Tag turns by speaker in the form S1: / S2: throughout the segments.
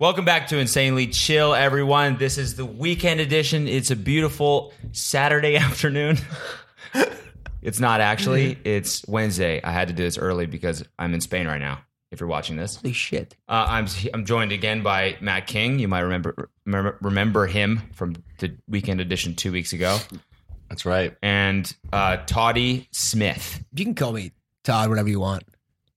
S1: Welcome back to Insanely Chill, everyone. This is the weekend edition. It's a beautiful Saturday afternoon. it's not actually, it's Wednesday. I had to do this early because I'm in Spain right now. If you're watching this,
S2: Holy shit.
S1: uh, I'm I'm joined again by Matt King. You might remember remember, remember him from the weekend edition two weeks ago,
S3: That's right.
S1: and uh, Toddy Smith.
S2: You can call me Todd whatever you want.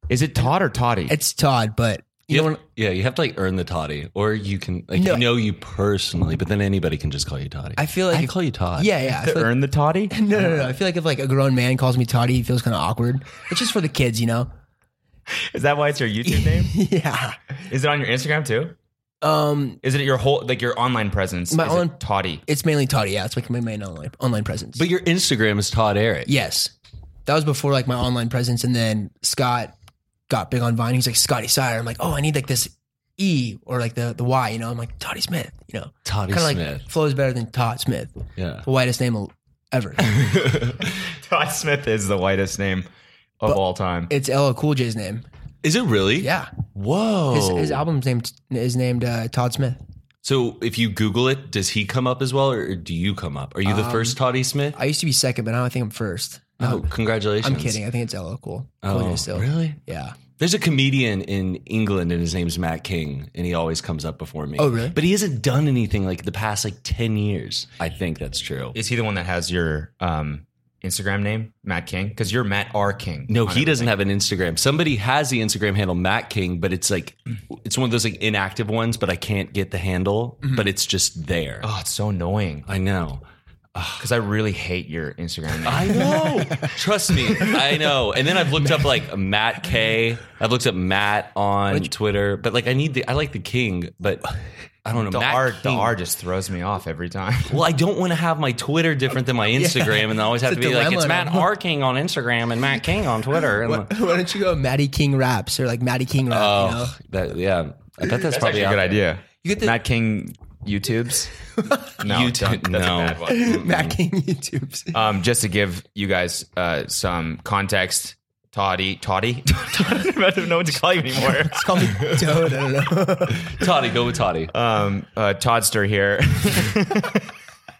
S1: Is it Todd or Toddy?
S2: It's Todd, but you
S3: You
S2: know
S3: don't, yeah, you have to like earn the toddy, or you can like
S2: No.
S3: you know you personally, but then anybody can just call you toddy.
S2: I feel like
S3: I
S2: if-
S3: call you Todd.
S2: yeah, yeah.
S1: to
S2: I feel like,
S1: earn the Toddy.
S2: no, no, no. I feel like if like a grown man calls me Toddy, he feels kind of awkward. It's just for the kids, you know.
S1: Is that why it's your YouTube name?
S2: yeah.
S1: Is it on your Instagram too?
S2: Um,
S1: Is it your whole like your online presence?
S2: My
S1: Is it
S2: on-
S1: Toddy.
S2: it's mainly Toddy. Yeah, it's like my main online online presence.
S3: But your Instagram is Todd Eric.
S2: yes, that was before like my online presence, and then Scott got big on Vine. He's like Scotty Sire. I'm like, oh, I need like this E or like the the Y. You know, I'm like Toddy Smith. You know,
S3: Toddy
S2: kind of
S3: Smith.
S2: like flows better than Todd Smith,
S3: yeah.
S2: the whitest name al- ever.
S1: Todd Smith is the whitest name of all time.
S2: it's LL Cool J's name.
S3: Is it really?
S2: Yeah.
S3: Whoa.
S2: His, his album's named is named uh, Todd Smith.
S3: so if you Google it, does he come up as well, or do you come up? Are you the first Toddy Smith?
S2: Um, I used to be second, but now I think I'm first.
S3: oh, congratulations!
S2: I'm kidding. I think it's LL Cool. Cool
S3: Oh,
S2: J still.
S3: really?
S2: Yeah.
S3: There's a comedian in England, and his name's Matt King, and he always comes up before me.
S2: Oh, really?
S3: But he hasn't done anything like the past like ten years. I think that's true.
S1: Is he the one that has your um, Instagram name, Matt King? Because you're Matt R. King.
S3: No, he doesn't have an Instagram. Somebody has the Instagram handle Matt King, but it's like it's one of those like inactive ones, but I can't get the handle, but it's just there.
S1: Mm-hmm. Oh, it's so annoying.
S3: I know.
S1: Because I really hate your Instagram name.
S3: I know. Trust me. I know. And then I've looked up like Matt K. I've looked up Matt on Twitter, but like I need the I like the King, but I don't know.
S1: The
S3: Matt
S1: R, the
S3: King.
S1: R just throws me off every time.
S3: Well, I don't want to have my Twitter different than my Instagram, and I always have
S2: It's
S3: to
S2: a
S3: be like
S2: dilemma.
S3: it's Matt R King on Instagram and Matt King on Twitter. And
S2: Why don't you go Matty King raps or like Matty King rap?
S3: oh,
S2: You know?
S3: that yeah. I bet that's,
S1: Actually,
S3: probably
S1: a
S3: out
S1: good idea.
S2: You get the-
S1: Matt King YouTubes. No,
S3: YouTube-
S1: don't- that's
S3: no.
S1: a bad one.
S3: Oh.
S2: Matt King YouTube's.
S1: Um, just to give you guys uh, some context, Toddy, Toddy, I don't know what to call you anymore.
S2: Just call me Toad. I don't know.
S3: Toddy, go with Toddy.
S1: Um, uh, Toddster here,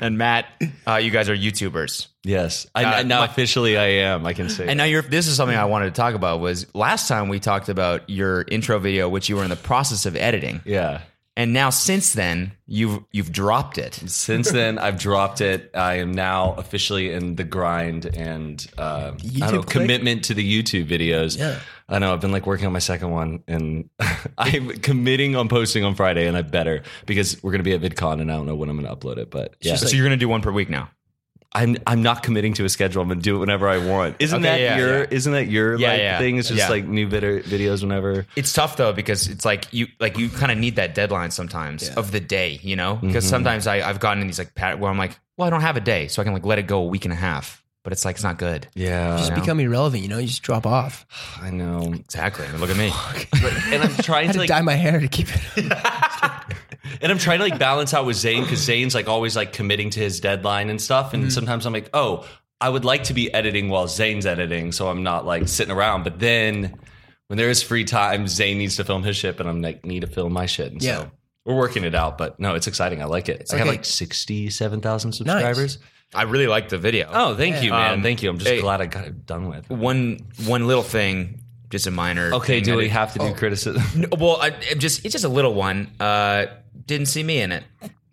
S1: and Matt, uh, you guys are YouTubers,
S3: Yes, I,
S1: Uh,
S3: I- now
S1: my-
S3: officially I am. I can say.
S1: and now you're. This is something I wanted to talk about. Was last time we talked about your intro video, which you were in the process of editing,
S3: that. yeah.
S1: and now since then you've you've dropped it.
S3: Since then, I've dropped it. I am now officially in the grind and uh, I don't know,
S2: YouTube click?
S3: commitment to the YouTube videos.
S2: Yeah.
S3: I know I've been like working on my second one, and I'm committing on posting on Friday, and I better because we're gonna be at VidCon, and I don't know when I'm gonna upload it, but yeah,
S2: just
S1: so you're gonna do one per week now.
S3: I'm I'm not committing to a schedule. I'm gonna do it whenever I want. Isn't
S1: Okay,
S3: that
S1: yeah,
S3: your
S1: yeah.
S3: Isn't that your
S1: Yeah,
S3: like
S1: yeah,
S3: thing? It's just
S1: yeah.
S3: like new vid- videos whenever.
S1: It's tough though because it's like you like you kind of need that deadline sometimes of the day, you know? Because sometimes I I've gotten in these like pat where I'm like, well, I don't have a day, so I can like let it go a week and a half, but it's like it's not good.
S3: Yeah,
S2: Just become irrelevant, you know? You just drop off.
S3: I know.
S1: Exactly. I mean, look at me.
S3: and I'm
S2: I
S3: trying
S2: had
S3: to
S2: to
S3: like
S2: dye my hair to keep it.
S3: And I'm trying to like balance out with Zane because Zane's like always like committing to his deadline and stuff. And sometimes I'm like, oh, I would like to be editing while Zane's editing, so I'm not like sitting around. But then when there is free time, Zane needs to film his shit, and I'm like need to film my shit. And
S2: Yeah.
S3: so we're working it out. But no, it's exciting. I like it. I have
S2: like a-
S3: like sixty seven thousand subscribers.
S1: I really like the video.
S3: Oh, thank you, man.
S1: Um,
S3: thank you. I'm just
S1: hey.
S3: glad I got it done with.
S1: One one little thing, just a minor.
S3: Okay,
S1: thing
S3: do
S1: that
S3: we
S1: it-
S3: have to do criticism?
S1: No, well, I, it just it's just a little one. Uh, didn't see me in it,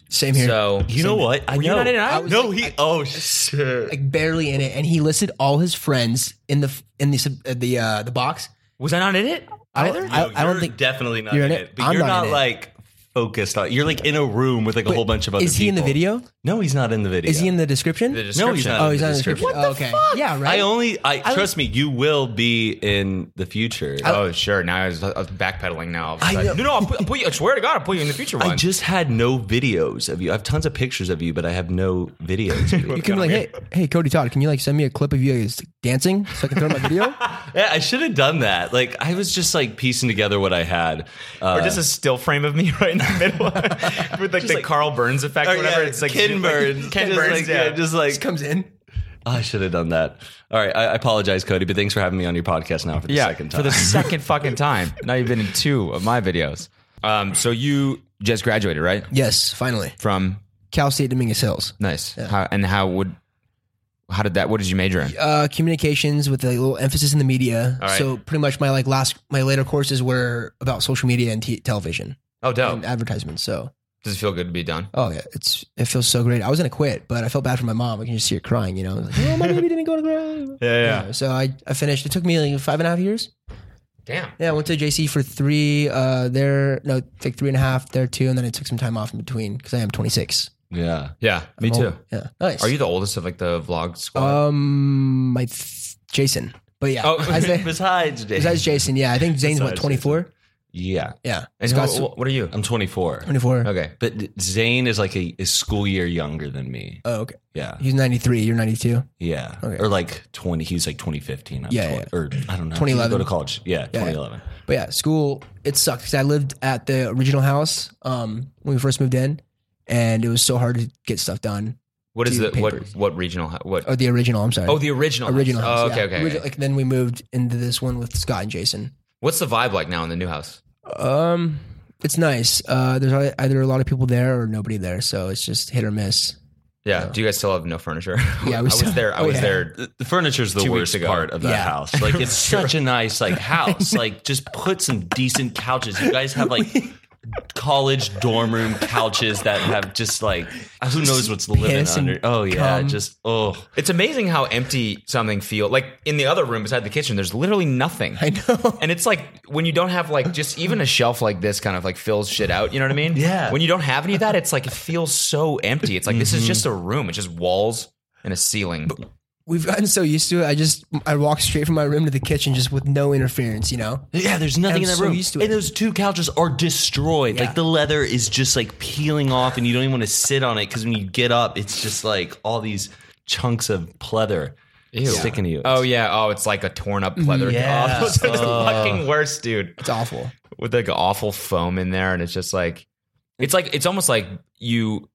S2: Same here.
S1: so
S3: You know what? I
S1: Were you
S3: know.
S1: not in it? I
S3: I
S1: was
S3: no, he. oh shit.
S2: like barely in it, and he listed all his friends in the in the sub- uh, the uh, the box.
S1: was I not in it
S2: I don't-
S1: either?
S2: I- I don't
S3: Oh, you're
S2: think-
S3: definitely not
S2: You're in
S3: in
S2: it.
S3: it. But
S2: I'm
S3: you're
S2: not
S3: not,
S2: in it.
S3: like focused on. You're like in a room with like a whole bunch of other.
S2: Is he in the
S3: people.
S2: video?
S3: No, he's not in the video.
S2: Is he in the description?
S1: the description.
S3: No, he's not.
S2: oh, he's not in the
S3: description.
S2: description. Oh, okay. Yeah, right.
S3: I only. I, trust me. You will be in the future. I,
S1: Oh sure, now I was, I was backpedaling. Now I
S3: I
S1: was
S3: know.
S1: like, no, no, I'll put, I'll put you. I swear to God, I'll put you in the future one.
S3: just had no videos of you. I have tons of pictures of you, but I have no videos. Of you.
S2: You can be like, hey, hey, Cody Todd, can you like send me a clip of you guys dancing so I can throw my video?
S3: yeah, I should have done that. Like, I was just like piecing together what I had. Uh,
S1: or just a Oh, still frame of me right in the middle with like the
S3: like-
S1: Carl Burns effect, or
S3: or,
S1: whatever.
S3: Oh, yeah,
S1: it's like
S3: Ken Burns.
S1: Ken
S3: just
S1: Burns.
S3: like,
S1: yeah.
S3: just like oh,
S2: Just comes in.
S3: I should have done that. All right, I, I apologize, Cody, but thanks for having me on your podcast now for the
S1: Yeah,
S3: second time.
S1: for the second fucking time. Now you've been in two of my videos. Um, so you just graduated, right?
S2: Yes, finally.
S1: From
S2: Cal State Dominguez Hills.
S1: nice. How, and how would how did that? What did you major in?
S2: Uh, communications with a little emphasis in the media.
S1: All right.
S2: So pretty much my like last my later courses were about social media and t- television
S1: Oh, dope.
S2: and advertisements. So
S1: Does it feel good to be done?
S2: oh yeah, it's it feels so great. I was gonna quit, but I felt bad for my mom. I can just see her crying. You know, like, oh my baby didn't go to grad.
S1: Yeah,
S2: So I I finished. It took me like five and a half years.
S1: Damn.
S2: Yeah, I went to JC for three uh there no like three and a half there two, and then I took some time off in between because I am 26.
S3: Yeah.
S1: Yeah, me
S2: I'm
S1: too.
S2: old. Uh, Yeah, nice.
S1: Are you the oldest of like the vlog squad?
S2: Um, I th- Jason, but yeah,
S1: Oh.
S2: I say-
S3: Besides, Dave.
S2: besides Jason, yeah, I think Zane's what
S3: Besides
S2: 24.
S3: yeah,
S2: Yeah,
S1: and who,
S2: Scott's
S1: what are you?
S3: I'm 24.
S2: 24.
S1: Okay.
S3: But Zane is like a, a school year younger than me.
S2: Oh, okay.
S3: Yeah.
S2: He's 93. You're 92.
S3: Yeah.
S2: Okay.
S3: Or like 20. He's like 2015. I'm
S2: Yeah,
S3: 20, Or I don't know.
S2: 2011.
S3: Go to college. Yeah.
S2: Yeah.
S3: 2011.
S2: But yeah, school it sucked because I lived at the original house um when we first moved in, and it was so hard to get stuff done.
S1: What is
S2: Two
S1: the what
S2: papers.
S1: what regional what?
S2: Or the original. I'm sorry.
S1: Oh, the original. house.
S2: original. House,
S1: Oh,
S2: yeah.
S1: okay, okay.
S2: Origi- like then we moved into this one with Scott and Jason.
S1: What's the vibe like now in the new house?
S2: Um, it's nice. Uh, there's ei- either a lot of people there or nobody there, so it's just hit or miss.
S1: Yeah. Do you guys still have no furniture?
S2: Yeah, we
S1: I
S2: still-
S1: was there. I
S2: oh,
S1: was
S2: yeah.
S1: there.
S3: The- The furniture's the
S1: Two weeks
S3: worst
S1: ago.
S3: part of that
S2: Yeah.
S3: house. Like it's such a nice like house. Like just put some decent couches. You guys have like college dorm room couches that have just like who knows what's living
S2: piss and
S3: under. Oh yeah,
S2: cum.
S3: just oh
S1: It's amazing how empty something feels. Like in the other room beside the kitchen, there's literally nothing.
S2: I know.
S1: And it's like when you don't have like just even a shelf like this kind of like fills shit out. You know what I mean?
S3: Yeah.
S1: When you don't have any of that, it's like it feels so empty. It's like this is
S2: Mm-hmm.
S1: just a room. It's just walls and a ceiling.
S2: We've gotten so used to it. I just I walk straight from my room to the kitchen, just with no interference. You know.
S3: yeah. There's nothing
S2: I'm
S3: in that
S2: so
S3: room.
S2: used to it.
S3: And those two couches are destroyed.
S2: Yeah.
S3: Like the leather is just like peeling off, and you don't even want to sit on it because when you get up, it's just like all these chunks of pleather sticking to you.
S1: Oh yeah. Oh, it's like a torn up leather.
S3: Yeah.
S1: Oh, it's the
S3: Oh.
S1: fucking worst, dude.
S2: It's awful.
S1: With like awful foam in there, and it's just like, it's like it's almost like you.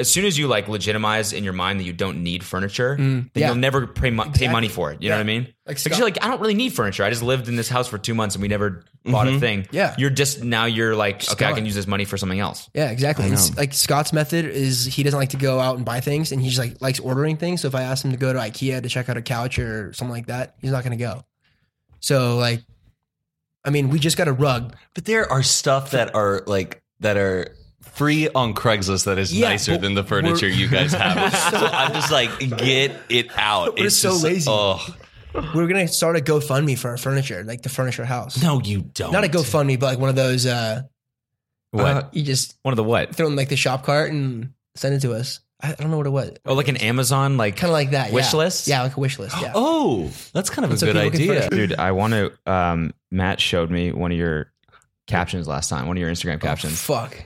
S1: As soon as you like legitimize in your mind that you don't need furniture,
S2: Mm,
S1: then
S2: yeah.
S1: you'll never pay, mo- pay
S2: Exactly.
S1: money for it. You know
S2: Yeah.
S1: what I mean?
S2: Like
S1: Because you're like, I don't really need furniture. I just lived in this house for two months and we never bought a
S3: Mhm.
S1: thing.
S2: Yeah.
S1: You're just now you're like, okay, I
S2: gone.
S1: can use this money for something else.
S2: Yeah, exactly.
S3: I
S2: And s-
S3: know.
S2: like Scott's method is he doesn't like to go out and buy things, and he just like likes ordering things. So if I ask him to go to IKEA to check out a couch or something like that, he's not going to go. So like, I mean, we just got a rug.
S3: But there are stuff that are like that are free on Craigslist that is
S2: Yeah,
S3: nicer
S2: but
S3: than the furniture
S2: we're-
S3: you guys have.
S2: so-
S3: so I'm just like, get it out.
S2: We're so lazy.
S3: Oh
S2: We're gonna start a GoFundMe for our furniture, like to furnish our house.
S3: no, you don't.
S2: Not a GoFundMe, but like one of those. uh
S1: What?
S2: uh, you just
S1: One of the what?
S2: throw in like the shop cart and send it to us. I, I don't know what it was.
S1: Oh, like an Amazon, like,
S2: Kind of like that.
S1: Wish
S2: yeah.
S1: list?
S2: Yeah, like a wish list. Yeah.
S3: Oh, that's kind of
S2: That's
S3: a
S2: what
S3: good
S2: people can
S3: idea.
S2: furnish.
S1: dude, I want to. Um, Matt showed me one of your captions last time, one of your Instagram captions.
S2: Fuck.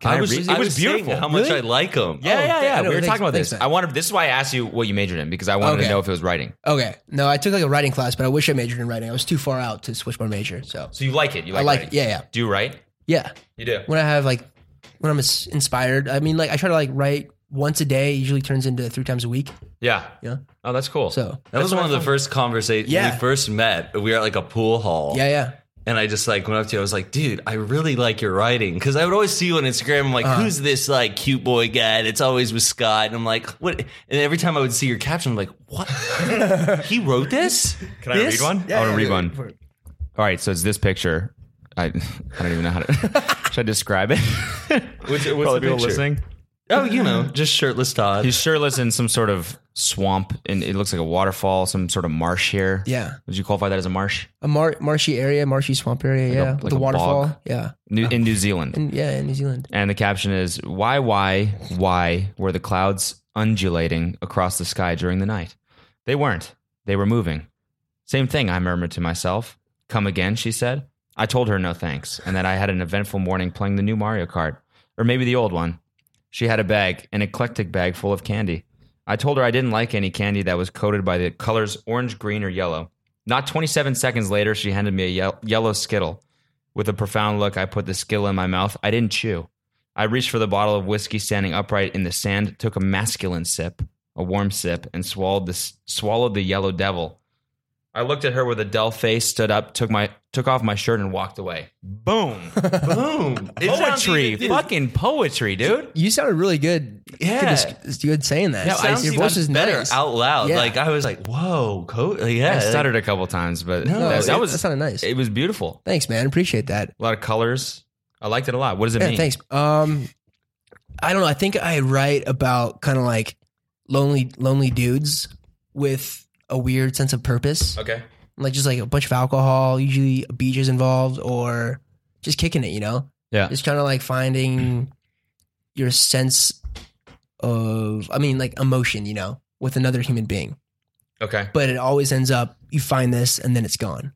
S1: Can I read- it was
S3: saying
S1: beautiful.
S3: How much
S2: Really?
S3: I like them.
S1: Yeah,
S2: Oh,
S1: yeah,
S2: th-
S1: yeah.
S2: I know.
S1: we were
S2: Thanks-
S1: talking about
S2: thanks,
S1: this.
S2: Matt.
S1: I wanted. This is why I asked you what you majored in because I wanted to
S2: Okay.
S1: know if it was writing.
S2: Okay. No, I took like a writing class, but I wish I majored in writing. I was too far out to switch my major. So
S1: So you like it? You
S2: I
S1: like,
S2: like it.
S1: writing.
S2: Yeah, yeah,
S1: Do you write?
S2: yeah.
S1: You do.
S2: When I have like, when I'm ins- inspired, I mean, like I try to like write once a day. Usually turns into three times a week.
S1: Yeah.
S2: Yeah.
S1: Oh, that's cool.
S2: So
S3: That was one of the first conversations
S2: Yeah.
S3: we first met. We were at like a pool hall.
S2: yeah, yeah.
S3: And I just like went up to you. I was like, dude, I really like your writing. Cause I would always see you on Instagram. I'm like,
S2: Uh-huh.
S3: who's this like cute boy guy that's always with Scott? And I'm like, what? And every time I would see your caption, I'm like, what? he wrote this?
S1: Can I read one? I want to read one. All right, so it's this picture. I I don't even know how to should I describe it.
S3: What's,
S1: Probably people listening.
S3: Oh, you know, just shirtless Todd.
S1: He's shirtless in some sort of swamp, and it looks like a waterfall, some sort of marsh here.
S2: Yeah,
S1: Would you qualify that as a marsh
S2: a mar- marshy area, marshy swamp area. yeah,
S1: like
S2: the
S1: a
S2: waterfall.
S1: bog.
S2: Yeah,
S1: New, in New Zealand?
S2: and yeah, in New Zealand.
S1: And the caption is "Why, why, why were the clouds undulating across the sky during the night? They weren't. They were moving. Same thing." I murmured to myself. "Come again," she said. I told her no thanks, and that I had an eventful morning playing the new Mario Kart, or maybe the old one. She had a bag, an eclectic bag full of candy. I told her I didn't like any candy that was coated by the colors orange, green, or yellow. Not 27 seconds later, she handed me a yel- yellow Skittle. With a profound look, I put the Skittle in my mouth. I didn't chew. I reached for the bottle of whiskey standing upright in the sand, took a masculine sip, a warm sip, and swallowed the, s- swallowed the yellow devil. I looked at her with a dull face, stood up, took my took off my shirt, and walked away. Boom!
S3: Boom. It sounds
S1: poetry,
S3: even-
S1: fucking poetry, dude.
S2: You sounded really good.
S3: Yeah.
S2: good, as- good saying that.
S3: it sounds
S2: Your
S3: even
S2: voice is
S3: better
S2: nice.
S3: out loud.
S2: Yeah.
S3: Like I was like, whoa, coach. Yeah.
S1: I stuttered a couple times, but
S3: No,
S1: that,
S2: No,
S1: that
S2: that,
S1: was
S2: that sounded nice.
S1: it was beautiful.
S2: thanks, man. Appreciate that.
S1: A lot of colors. I liked it a lot. What does it
S2: Yeah,
S1: mean?
S2: thanks. Um, I don't know. I think I write about kind of like lonely, lonely dudes with a weird sense of purpose,
S1: Okay.
S2: like just like a bunch of alcohol, usually a beach is involved, or just kicking it. You know,
S1: Yeah.
S2: just kind of like finding your sense of, I mean, like emotion. You know, with another human being,
S1: Okay.
S2: but it always ends up you find this and then it's gone.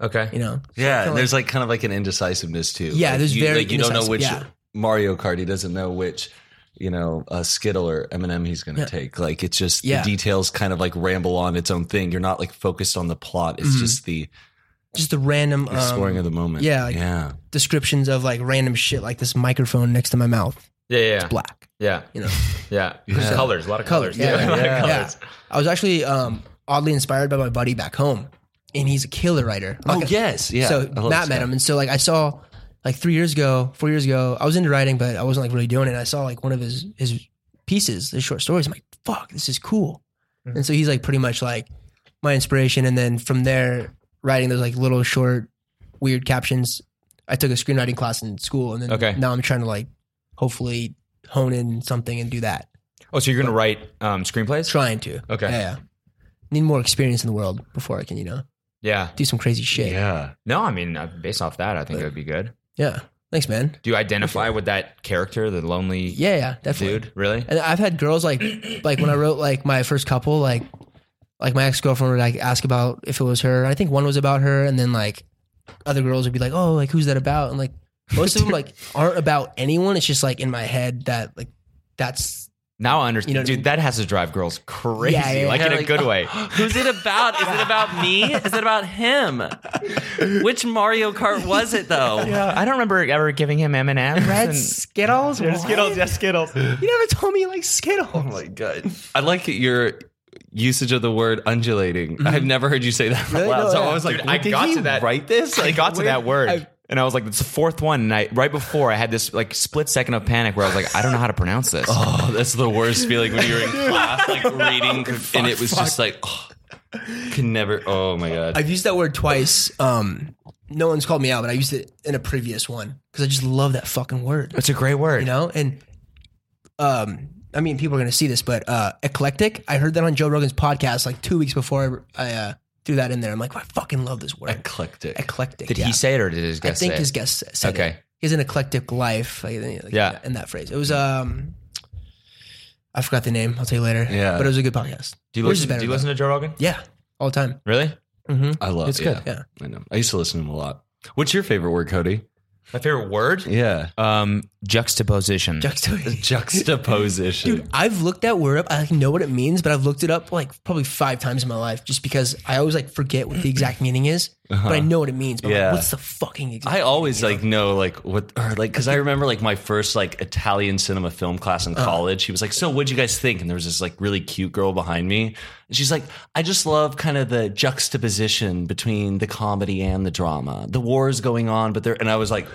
S1: Okay.
S2: You know,
S3: Yeah,
S2: Kinda like-
S3: there's like kind of like an indecisiveness too.
S2: Yeah,
S3: Like,
S2: there's
S3: you,
S2: very
S3: like you don't know
S2: indecisive-
S3: which
S2: yeah.
S3: Mario Kart. He doesn't know which you know uh, Skittle or Eminem he's going to
S2: Yeah.
S3: take. Like it's just
S2: Yeah.
S3: the details kind of like ramble on its own thing. You're not like focused on the plot. It's
S2: Mhm.
S3: just the
S2: just the random um,
S3: exploring of the moment.
S2: yeah, like-
S3: yeah.
S2: descriptions of like random shit, like this microphone next to my mouth,
S1: Yeah. Yeah. Yeah.
S2: black.
S1: Yeah.
S2: You know.
S1: Yeah.
S3: Yeah.
S1: Colors. A lot of colors.
S2: Colors, yeah,
S1: a lot of
S3: yeah,
S1: colors.
S2: I was actually um, oddly inspired by my buddy back home, and he's a killer writer. I'm not
S3: Oh
S2: gonna-
S3: yes, yeah.
S2: So
S3: I love
S2: Matt
S3: this
S2: met
S3: guy.
S2: him, and so like I saw like three years ago, four years ago, I was into writing, but I wasn't like really doing it. I saw like one of his his pieces, his short stories. I'm like, fuck, this is cool. And so he's like pretty much like my inspiration, and then from there, writing those like little short, weird captions. I took a screenwriting class in school, and then
S1: Okay.
S2: now I'm trying to like hopefully hone in something and do that.
S1: Oh, so you're gonna write um, screenplays?
S2: Trying to.
S1: Okay.
S2: Yeah, yeah. Need more experience in the world before I can, you know,
S1: Yeah.
S2: do some crazy shit. Yeah.
S3: Yeah.
S1: No, I mean, uh, based off that, I think it would be good.
S2: Thanks, man.
S1: Do you identify with that character, the lonely
S2: Yeah, Uh, yeah, definitely.
S1: dude? Really?
S2: And I've had girls like, like when I wrote like my first couple, like, like my ex girlfriend would like ask about if it was her. I think one was about her, and then like other girls would be like, "Oh, like who's that about?" And like most of them like aren't about anyone. It's just like in my head that like that's
S1: Now I understand,
S2: You know what I
S1: dude.
S2: mean?
S1: That has to drive girls crazy,
S2: Yeah, yeah,
S1: like
S4: yeah.
S1: in a
S4: Like,
S1: good
S4: oh.
S1: way.
S4: Who's it about? Is it about me? Is it about him? Which Mario Kart was it though?
S1: Yeah, I don't remember ever giving him M and M's.
S2: Skittles.
S1: and Skittles, yes, Skittles.
S2: You never told me you like Skittles.
S3: Oh my god. I like your usage of the word undulating. I've never heard you say that out
S2: Mm-hmm. Really?
S3: loud.
S2: No,
S3: so
S2: yeah.
S3: I was like,
S1: Dude,
S3: what,
S1: I
S3: did
S1: got
S3: he
S1: to that-
S3: write this?
S1: I
S3: Like,
S1: got to
S3: where-
S1: that word, and I was like, "It's the fourth one." And I, right before, I had this like split second of panic where I was like, "I don't know how to pronounce this."
S3: Oh, that's the worst feeling when you're in class, like reading, and it was just like, oh, can never. Oh my god.
S2: I've used that word twice. Um, no one's called me out, but I used it in a previous one because I just love that fucking word,
S1: It's a great word.
S2: you know. And um, I mean, people are gonna see this, but uh, eclectic. I heard that on Joe Rogan's podcast like two weeks before I, I uh, threw that in there. I'm like, I fucking love this word,
S3: Eclectic.
S2: eclectic.
S1: Did
S2: yeah.
S1: he say it or did his
S2: I
S1: guest
S2: think
S1: say
S2: his
S1: it?
S2: guest said it.
S1: Okay.
S2: He has an eclectic life. Like, like,
S1: Yeah.
S2: in that phrase, it was um, I forgot the name. I'll tell you later.
S3: Yeah.
S2: but it was a good podcast.
S1: Do you
S2: Yours is
S1: listen?
S2: better,
S1: Do you
S2: though.
S1: listen to Oh, Joe Rogan?
S2: Yeah, all the time.
S1: Really?
S2: Mm-hmm.
S3: I love.
S2: It's
S3: yeah,
S2: good. Yeah.
S3: I know. I used to listen to him a lot. What's your favorite word, Cody?
S1: My favorite word?
S3: Yeah,
S1: Um, juxtaposition.
S2: Juxta-
S3: juxtaposition.
S2: Dude, I've looked that word up. I like, know what it means, but I've looked it up like probably five times in my life just because I always like forget what the exact meaning is, but I know what it means. But I'm
S3: Yeah.
S2: like, what's the fucking exact?
S3: Uh-huh. I always like know like what or like because I remember like my first like Italian cinema film class
S2: Uh-huh.
S3: in college. He was like, "So what'd you guys think?" And there was this like really cute girl behind me, and she's like, "I just love kind of the juxtaposition between the comedy and the drama. The war is going on, but there." And I was like,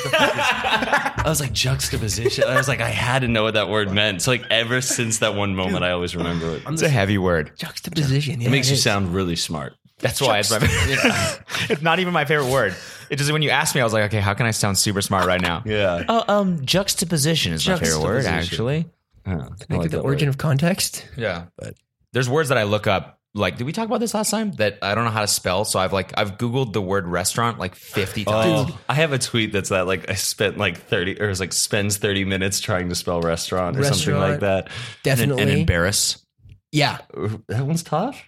S3: I was like juxtaposition. I was like, I had to know what that word meant. So like ever since that one moment, I always remember it.
S1: It's a heavy word.
S2: juxtaposition? Yeah,
S3: It makes you
S2: is.
S3: sound really smart.
S1: That's why it's my It's not even my favorite word. It just when you asked me, I was like, okay, how can I sound super smart right now?
S3: Yeah,
S1: Oh, um, juxtaposition is my favorite word,
S3: Juxtaposition.
S1: actually.
S2: Like, the origin of context.
S1: Yeah.
S2: But-
S1: there's words that I look up. Like, did we talk about this last time? That I don't know how to spell, so I've like I've Googled the word restaurant like 50 times.
S3: Oh, I have a tweet that's that like I spent like thirty or it's like spends thirty minutes trying to spell restaurant or something
S2: Restaurant.
S3: like that.
S1: and,
S2: Definitely.
S1: and embarrass.
S2: yeah.
S3: That one's tough.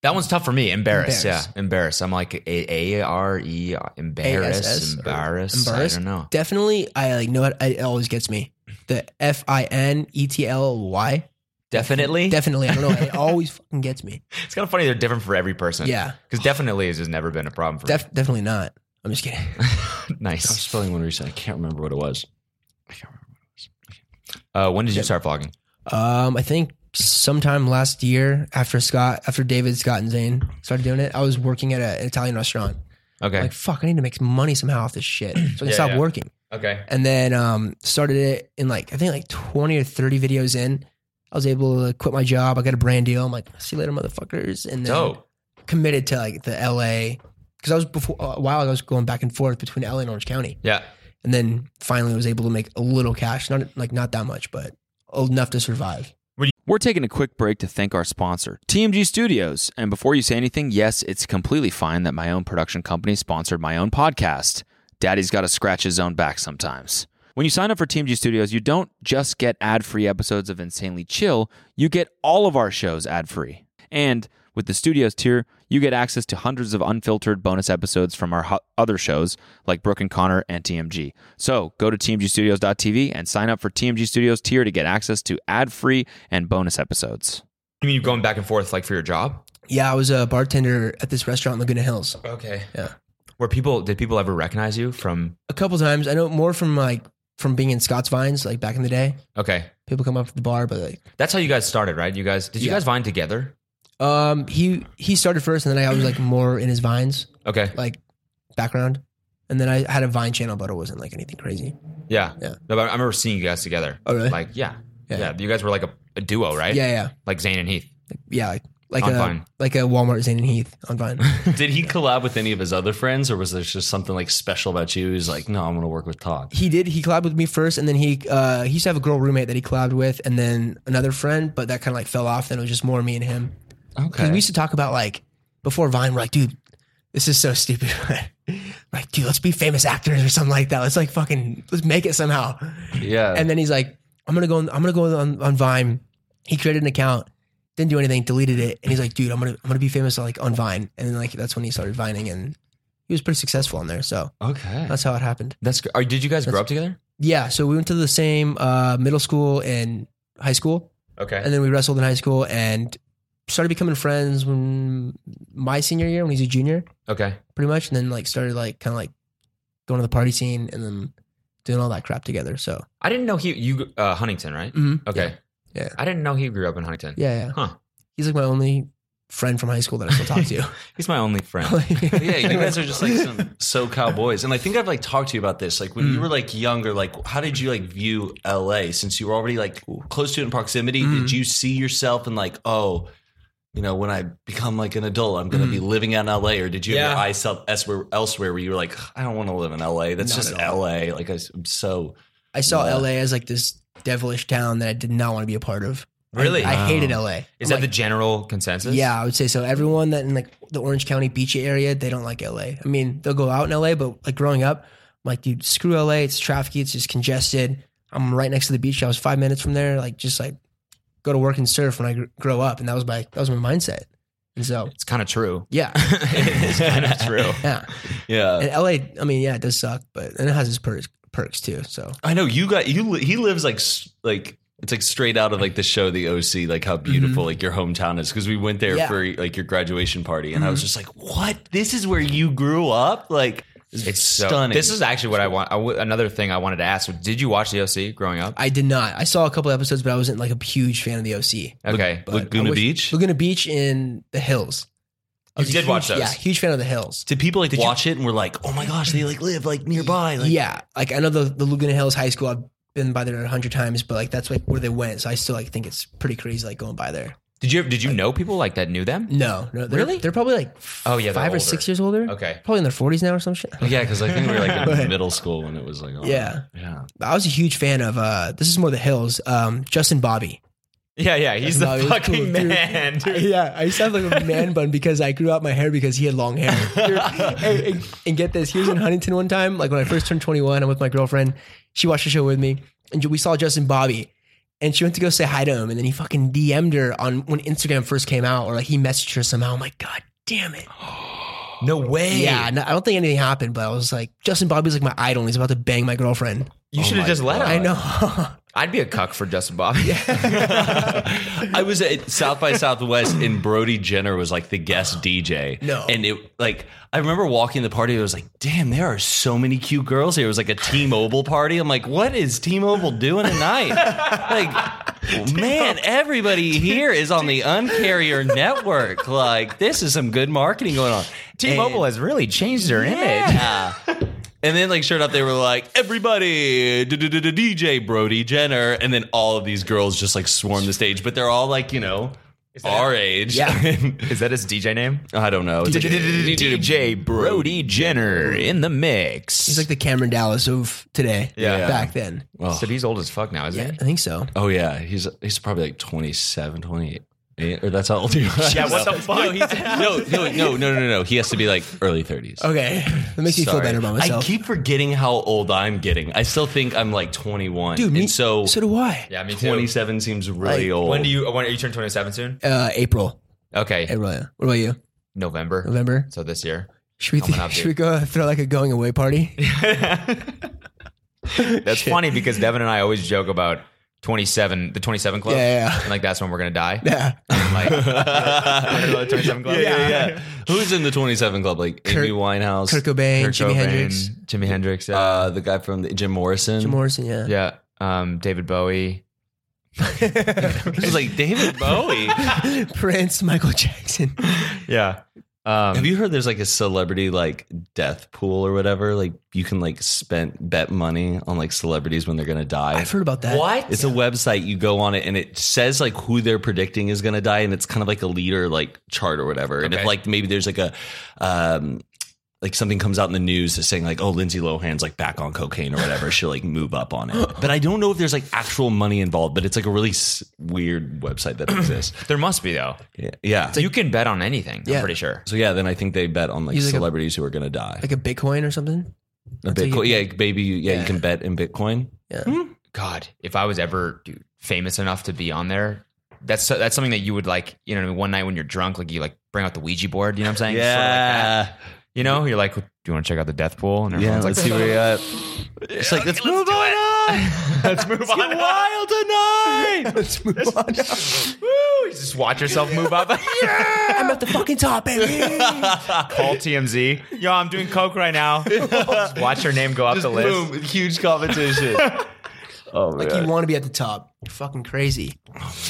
S1: That one's tough for me. Embarrass,
S2: Embarrass.
S1: yeah, embarrass. I'm like a a r e embarrass,
S2: A-S-S, or
S1: embarrass.
S2: embarrass?
S1: I don't know.
S2: Definitely. I like know what I- it always gets me. The F I N E T L Y.
S1: Definitely,
S2: Definitely. I don't know. It always fucking gets me.
S1: it's kind of funny. They're different for every person.
S2: Yeah.
S1: because definitely has just never been a problem for
S2: Def- definitely not. I'm just kidding.
S1: me.
S3: I was
S1: nice.
S3: spelling one recently. I can't remember what it was.
S1: Uh, when did you start vlogging?
S2: Um, I think sometime last year after Scott, after David, Scott, and Zane started doing it, I was working at a, an Italian restaurant.
S1: Okay.
S2: Like, fuck, I need to make money somehow off this shit. So I can
S1: Yeah,
S2: stop
S1: yeah.
S2: working.
S1: okay.
S2: And then um, started it in like, I think like 20 or 30 videos in. I was able to quit my job. I got a brand deal. I'm like, see you later, motherfuckers. And then
S1: Dope.
S2: committed to like the LA. Cause I was before a while ago, I was going back and forth between LA and Orange County.
S1: Yeah.
S2: and then finally was able to make a little cash not like not that much but enough to survive
S5: We're taking a quick break to thank our sponsor, TMG Studios. And before you say anything, yes, it's completely fine that my own production company sponsored my own podcast. Daddy's got to scratch his own back sometimes. When you sign up for TMG Studios, you don't just get ad free episodes of Insanely Chill, you get all of our shows ad free. And with the Studios tier, you get access to hundreds of unfiltered bonus episodes from our ho- other shows like Brooke and Connor and TMG. So go to tmgstudios.tv and sign up for TMG Studios tier to get access to ad free and bonus episodes.
S1: You mean you're going back and forth like for your job?
S2: yeah i was a bartender at this restaurant in laguna hills
S1: Okay.
S2: Yeah.
S1: Were people did people ever recognize you from
S2: a couple times i know more from like from being in scott's vines like back in the day
S1: Okay.
S2: people come up to the bar but like
S1: That's how you guys started, right? You guys did you
S2: Yeah.
S1: guys vine together?
S2: um he he started first and then i was like more in his vines
S1: Okay.
S2: like background and then i had a vine channel but it wasn't like anything crazy
S1: Yeah.
S2: Yeah.
S1: No, but I remember seeing you guys together.
S2: oh really
S1: Like, yeah. Yeah.
S2: Yeah.
S1: You guys were like a, a duo, right?
S2: yeah yeah
S1: Like Zane and Heath.
S2: yeah like like
S1: On
S2: a
S1: Vine.
S2: like a walmart zane and heath on vine
S3: Did he collab with any of his other friends, or was there just something like special about you? He's like, no, I'm gonna work with Todd.
S2: he did he collabed with me first and then he uh he used to have a girl roommate that he collabed with and then another friend but that kind of like fell off then it was just more me and him because
S3: Okay.
S2: we used to talk about like before vine we're like dude this is so stupid like dude let's be famous actors or something like that let's like fucking let's make it somehow
S3: yeah.
S2: and then he's like i'm gonna go on, i'm gonna go on, on vine he created an account didn't do anything deleted it and he's like dude i'm gonna i'm gonna be famous like on vine and then like that's when he started vining and he was pretty successful on there so
S3: okay.
S2: that's how it happened
S1: That's are, did you guys grow
S2: That's-
S1: up together?
S2: yeah, so we went to the same uh, middle school and high school,
S1: Okay.
S2: and then we wrestled in high school and started becoming friends when my senior year, when he's a junior,
S1: okay.
S2: pretty much, and then like started like kind of like going to the party scene and then doing all that crap together. So
S1: I didn't know he you uh Huntington, right?
S2: mhm.
S1: Okay.
S2: Yeah. Yeah.
S1: I didn't know he grew up in Huntington.
S2: yeah, yeah, yeah.
S1: Huh.
S2: he's like my only friend from high school that I still talk to.
S1: He's my only friend.
S2: Like-
S3: yeah, you guys are just like some SoCal boys, and I think I've like talked to you about this. Like when you
S2: Mm.
S3: were like younger, like how did you like view LA since you were already like close to it in proximity? Did
S2: Mhm.
S3: you see yourself and like, oh, you know, when I become like an adult, I'm gonna be living out in LA, or did you have your
S1: Yeah.
S3: eyes up elsewhere, elsewhere where you were like, I don't want to live in LA. That's
S2: Not
S3: just
S2: at all.
S3: LA. Like I s- I'm so
S2: I saw
S3: Yeah.
S2: LA as like this devilish town that I did not want to be a part of. I-
S1: Really?
S2: I,
S1: Wow.
S2: hated LA.
S1: Is
S2: I'm
S1: that
S2: like,
S1: the general consensus?
S2: Yeah, I would say so. Everyone that in like the Orange County beachy area, they don't like LA. I mean, they'll go out in LA, but like growing up, I'm like, dude, screw LA. It's trafficy. It's just congested. I'm right next to the beach. I was five minutes from there. Like, just like go to work and surf when I gr- grow up, and that was my that was my mindset. And so,
S1: It's kind of true.
S2: yeah,
S1: it's kind of true.
S2: yeah.
S3: yeah.
S2: And LA, I mean, yeah, it does suck, but and it has its perks perks too. So
S3: I know you got you. li- He lives like s- like it's like straight out of like the show The OC. Like how beautiful like your hometown is because we went there
S2: Mm-hmm. Yeah. Mm-hmm.
S3: for like your graduation party, and I was just like, what? This is where you grew up? Like it's,
S1: It's so-
S3: stunning.
S1: this is actually what I want. I w- another thing I wanted to ask: Did you watch the OC growing up?
S2: I did not. I saw a couple episodes, but I wasn't like a huge fan of the OC.
S1: Okay,
S2: But
S3: Laguna
S2: I wish-
S3: Beach?
S2: Laguna Beach in the hills. I
S1: You
S2: was a
S1: did watch those.
S2: huge- Yeah, huge fan of the hills.
S3: Did people like watch it and were like, oh my gosh, they like live like nearby? Like,
S2: yeah, like I know the, the Laguna Hills High School. I've been by there a hundred times, but like that's like where they went. So I still like think it's pretty crazy, like going by there.
S1: did you did you know people like that knew them?
S2: No, no, they're,
S1: Really?
S2: They're probably like
S1: Oh yeah, they're
S2: five or
S1: older.
S2: six years older.
S1: Okay,
S2: Probably in their forties now or some shit.
S3: Yeah, because I think we were like in
S2: But-
S3: middle school when it was like, oh,
S2: Yeah.
S3: yeah.
S2: I was a huge fan of. uh This is more the hills. Um Justin Bobby.
S1: yeah, yeah. He's
S2: That's not-
S1: the
S2: it's
S1: fucking
S2: cool, dude.
S1: man. dude.
S2: yeah, I used to have like a man bun because I grew out my hair because he had long hair. and, and- and get this, he was in Huntington one time, like when I first turned 21, I'm with my girlfriend. She watched the show with me, and we saw Justin Bobby. And she went to go say hi to him, and then he fucking DM'd her on when Instagram first came out, or like he messaged her somehow. I'm like, God damn it!
S1: No way.
S2: Yeah, no, I don't think anything happened, but I was like, Justin Bobby's like my idol. and He's about to bang my girlfriend.
S1: you should have just let him.
S2: I know.
S1: I'd be a cuck for Justin Bobby.
S3: I was at South by Southwest, and Brody Jenner was like the guest DJ.
S2: No.
S3: and it like I remember walking the party. I was like, "Damn, there are so many cute girls here." It was like a T-Mobile party. I'm like, "What is T-Mobile doing at night?" like,
S4: Man, everybody here is on the Uncarrier Network. Like, this is some good marketing going on.
S1: T-Mobile has really changed their image.
S4: Yeah.
S3: And then, like, sure enough, they were like, everybody, DJ Brody Jenner. And then all of these girls just like swarm the stage, but they're all like, you know, our age.
S2: Yeah.
S1: Is that his DJ name?
S3: I don't know. It's like- uh,
S1: DJ Brody Jenner in the mix.
S2: He's like the Cameron Dallas of today.
S3: Yeah.
S2: Back then.
S3: oh,
S1: so he's old as fuck now, isn't
S2: Yeah,
S1: he?
S2: I think so.
S3: oh, yeah. He's he's probably like 27, 28. Or that's how old he was.
S1: fuck?
S3: no, no, no, no, no, no. He has to be like early 30s.
S2: Okay. That makes me feel
S3: Sorry.
S2: better about
S3: I
S2: myself.
S3: keep forgetting how old I'm getting. I still think I'm like 21.
S2: Dude, me,
S3: and so,
S2: so do I.
S1: yeah, me too.
S3: 27 seems really
S2: Like,
S3: old.
S1: When do you? When are you turn 27 soon?
S2: Uh, April.
S1: Okay,
S2: April. yeah. What about you?
S1: November.
S2: November.
S1: So this year.
S2: Should we
S1: Coming up,
S2: should
S1: dude.
S2: we go throw like a going away party?
S1: That's funny because Devin and I always joke about 27, the 27 club.
S2: Yeah, yeah, yeah.
S1: And like that's when we're gonna die.
S2: yeah.
S1: Like, the 27 club.
S3: yeah, yeah. Who's in the 27 Club? Like Amy Winehouse,
S2: Kurt Cobain,
S1: Kurt
S2: Jimi
S1: Cobain,
S2: Hendrix,
S1: Jimi Hendrix. Yeah.
S3: uh, the guy from the, Jim Morrison.
S2: Jim Morrison. Yeah.
S1: yeah. Um, David Bowie.
S3: It was like David Bowie.
S2: Prince, Michael Jackson.
S1: Yeah. Um,
S3: Have you heard there's like a celebrity like death pool or whatever? Like you can like spend bet money on like celebrities when they're gonna die.
S2: I've heard about that.
S1: what?
S3: It's a website you go on it and it says like who they're predicting is going to die and it's kind of like a leader like chart or whatever. And if
S1: Okay.
S3: like maybe there's like a um like something comes out in the news that's saying like oh Lindsay Lohan's like back on cocaine or whatever, she'll like move up on it. But I don't know if there's like actual money involved, but it's like a really s- weird website that exists.
S1: there must be though.
S3: yeah. yeah.
S1: you can bet on anything.
S2: Yeah.
S1: I'm pretty sure.
S3: So yeah, then I think they bet on like
S2: Use, like, a-
S3: celebrities who are going to die.
S2: Like a Bitcoin or something?
S3: A
S2: that's what
S3: Bitcoin,
S2: you-
S3: yeah, baby, you- yeah, you can bet in Bitcoin.
S2: Yeah.
S1: God, if I was ever dude, famous enough to be on there, that's so- that's something that you would like. You know, what I mean? one night when you're drunk, like you like bring out the Ouija board. You know what I'm saying? Sort of like that. you know, you're like, do you want to check out the death pool? And
S3: yeah.
S1: everyone's
S3: Let's see where you're at. It's like let's move on.
S1: like, let's move on.
S3: wild tonight.
S2: Let's move on.
S1: Woo! You just watch yourself move up.
S2: I'm at the fucking top, baby.
S1: Call TMZ. Yo, I'm doing coke right now. Just watch your name go up the list.
S3: Boom! Huge competition. oh my
S2: like you want to be at the top. You're fucking crazy.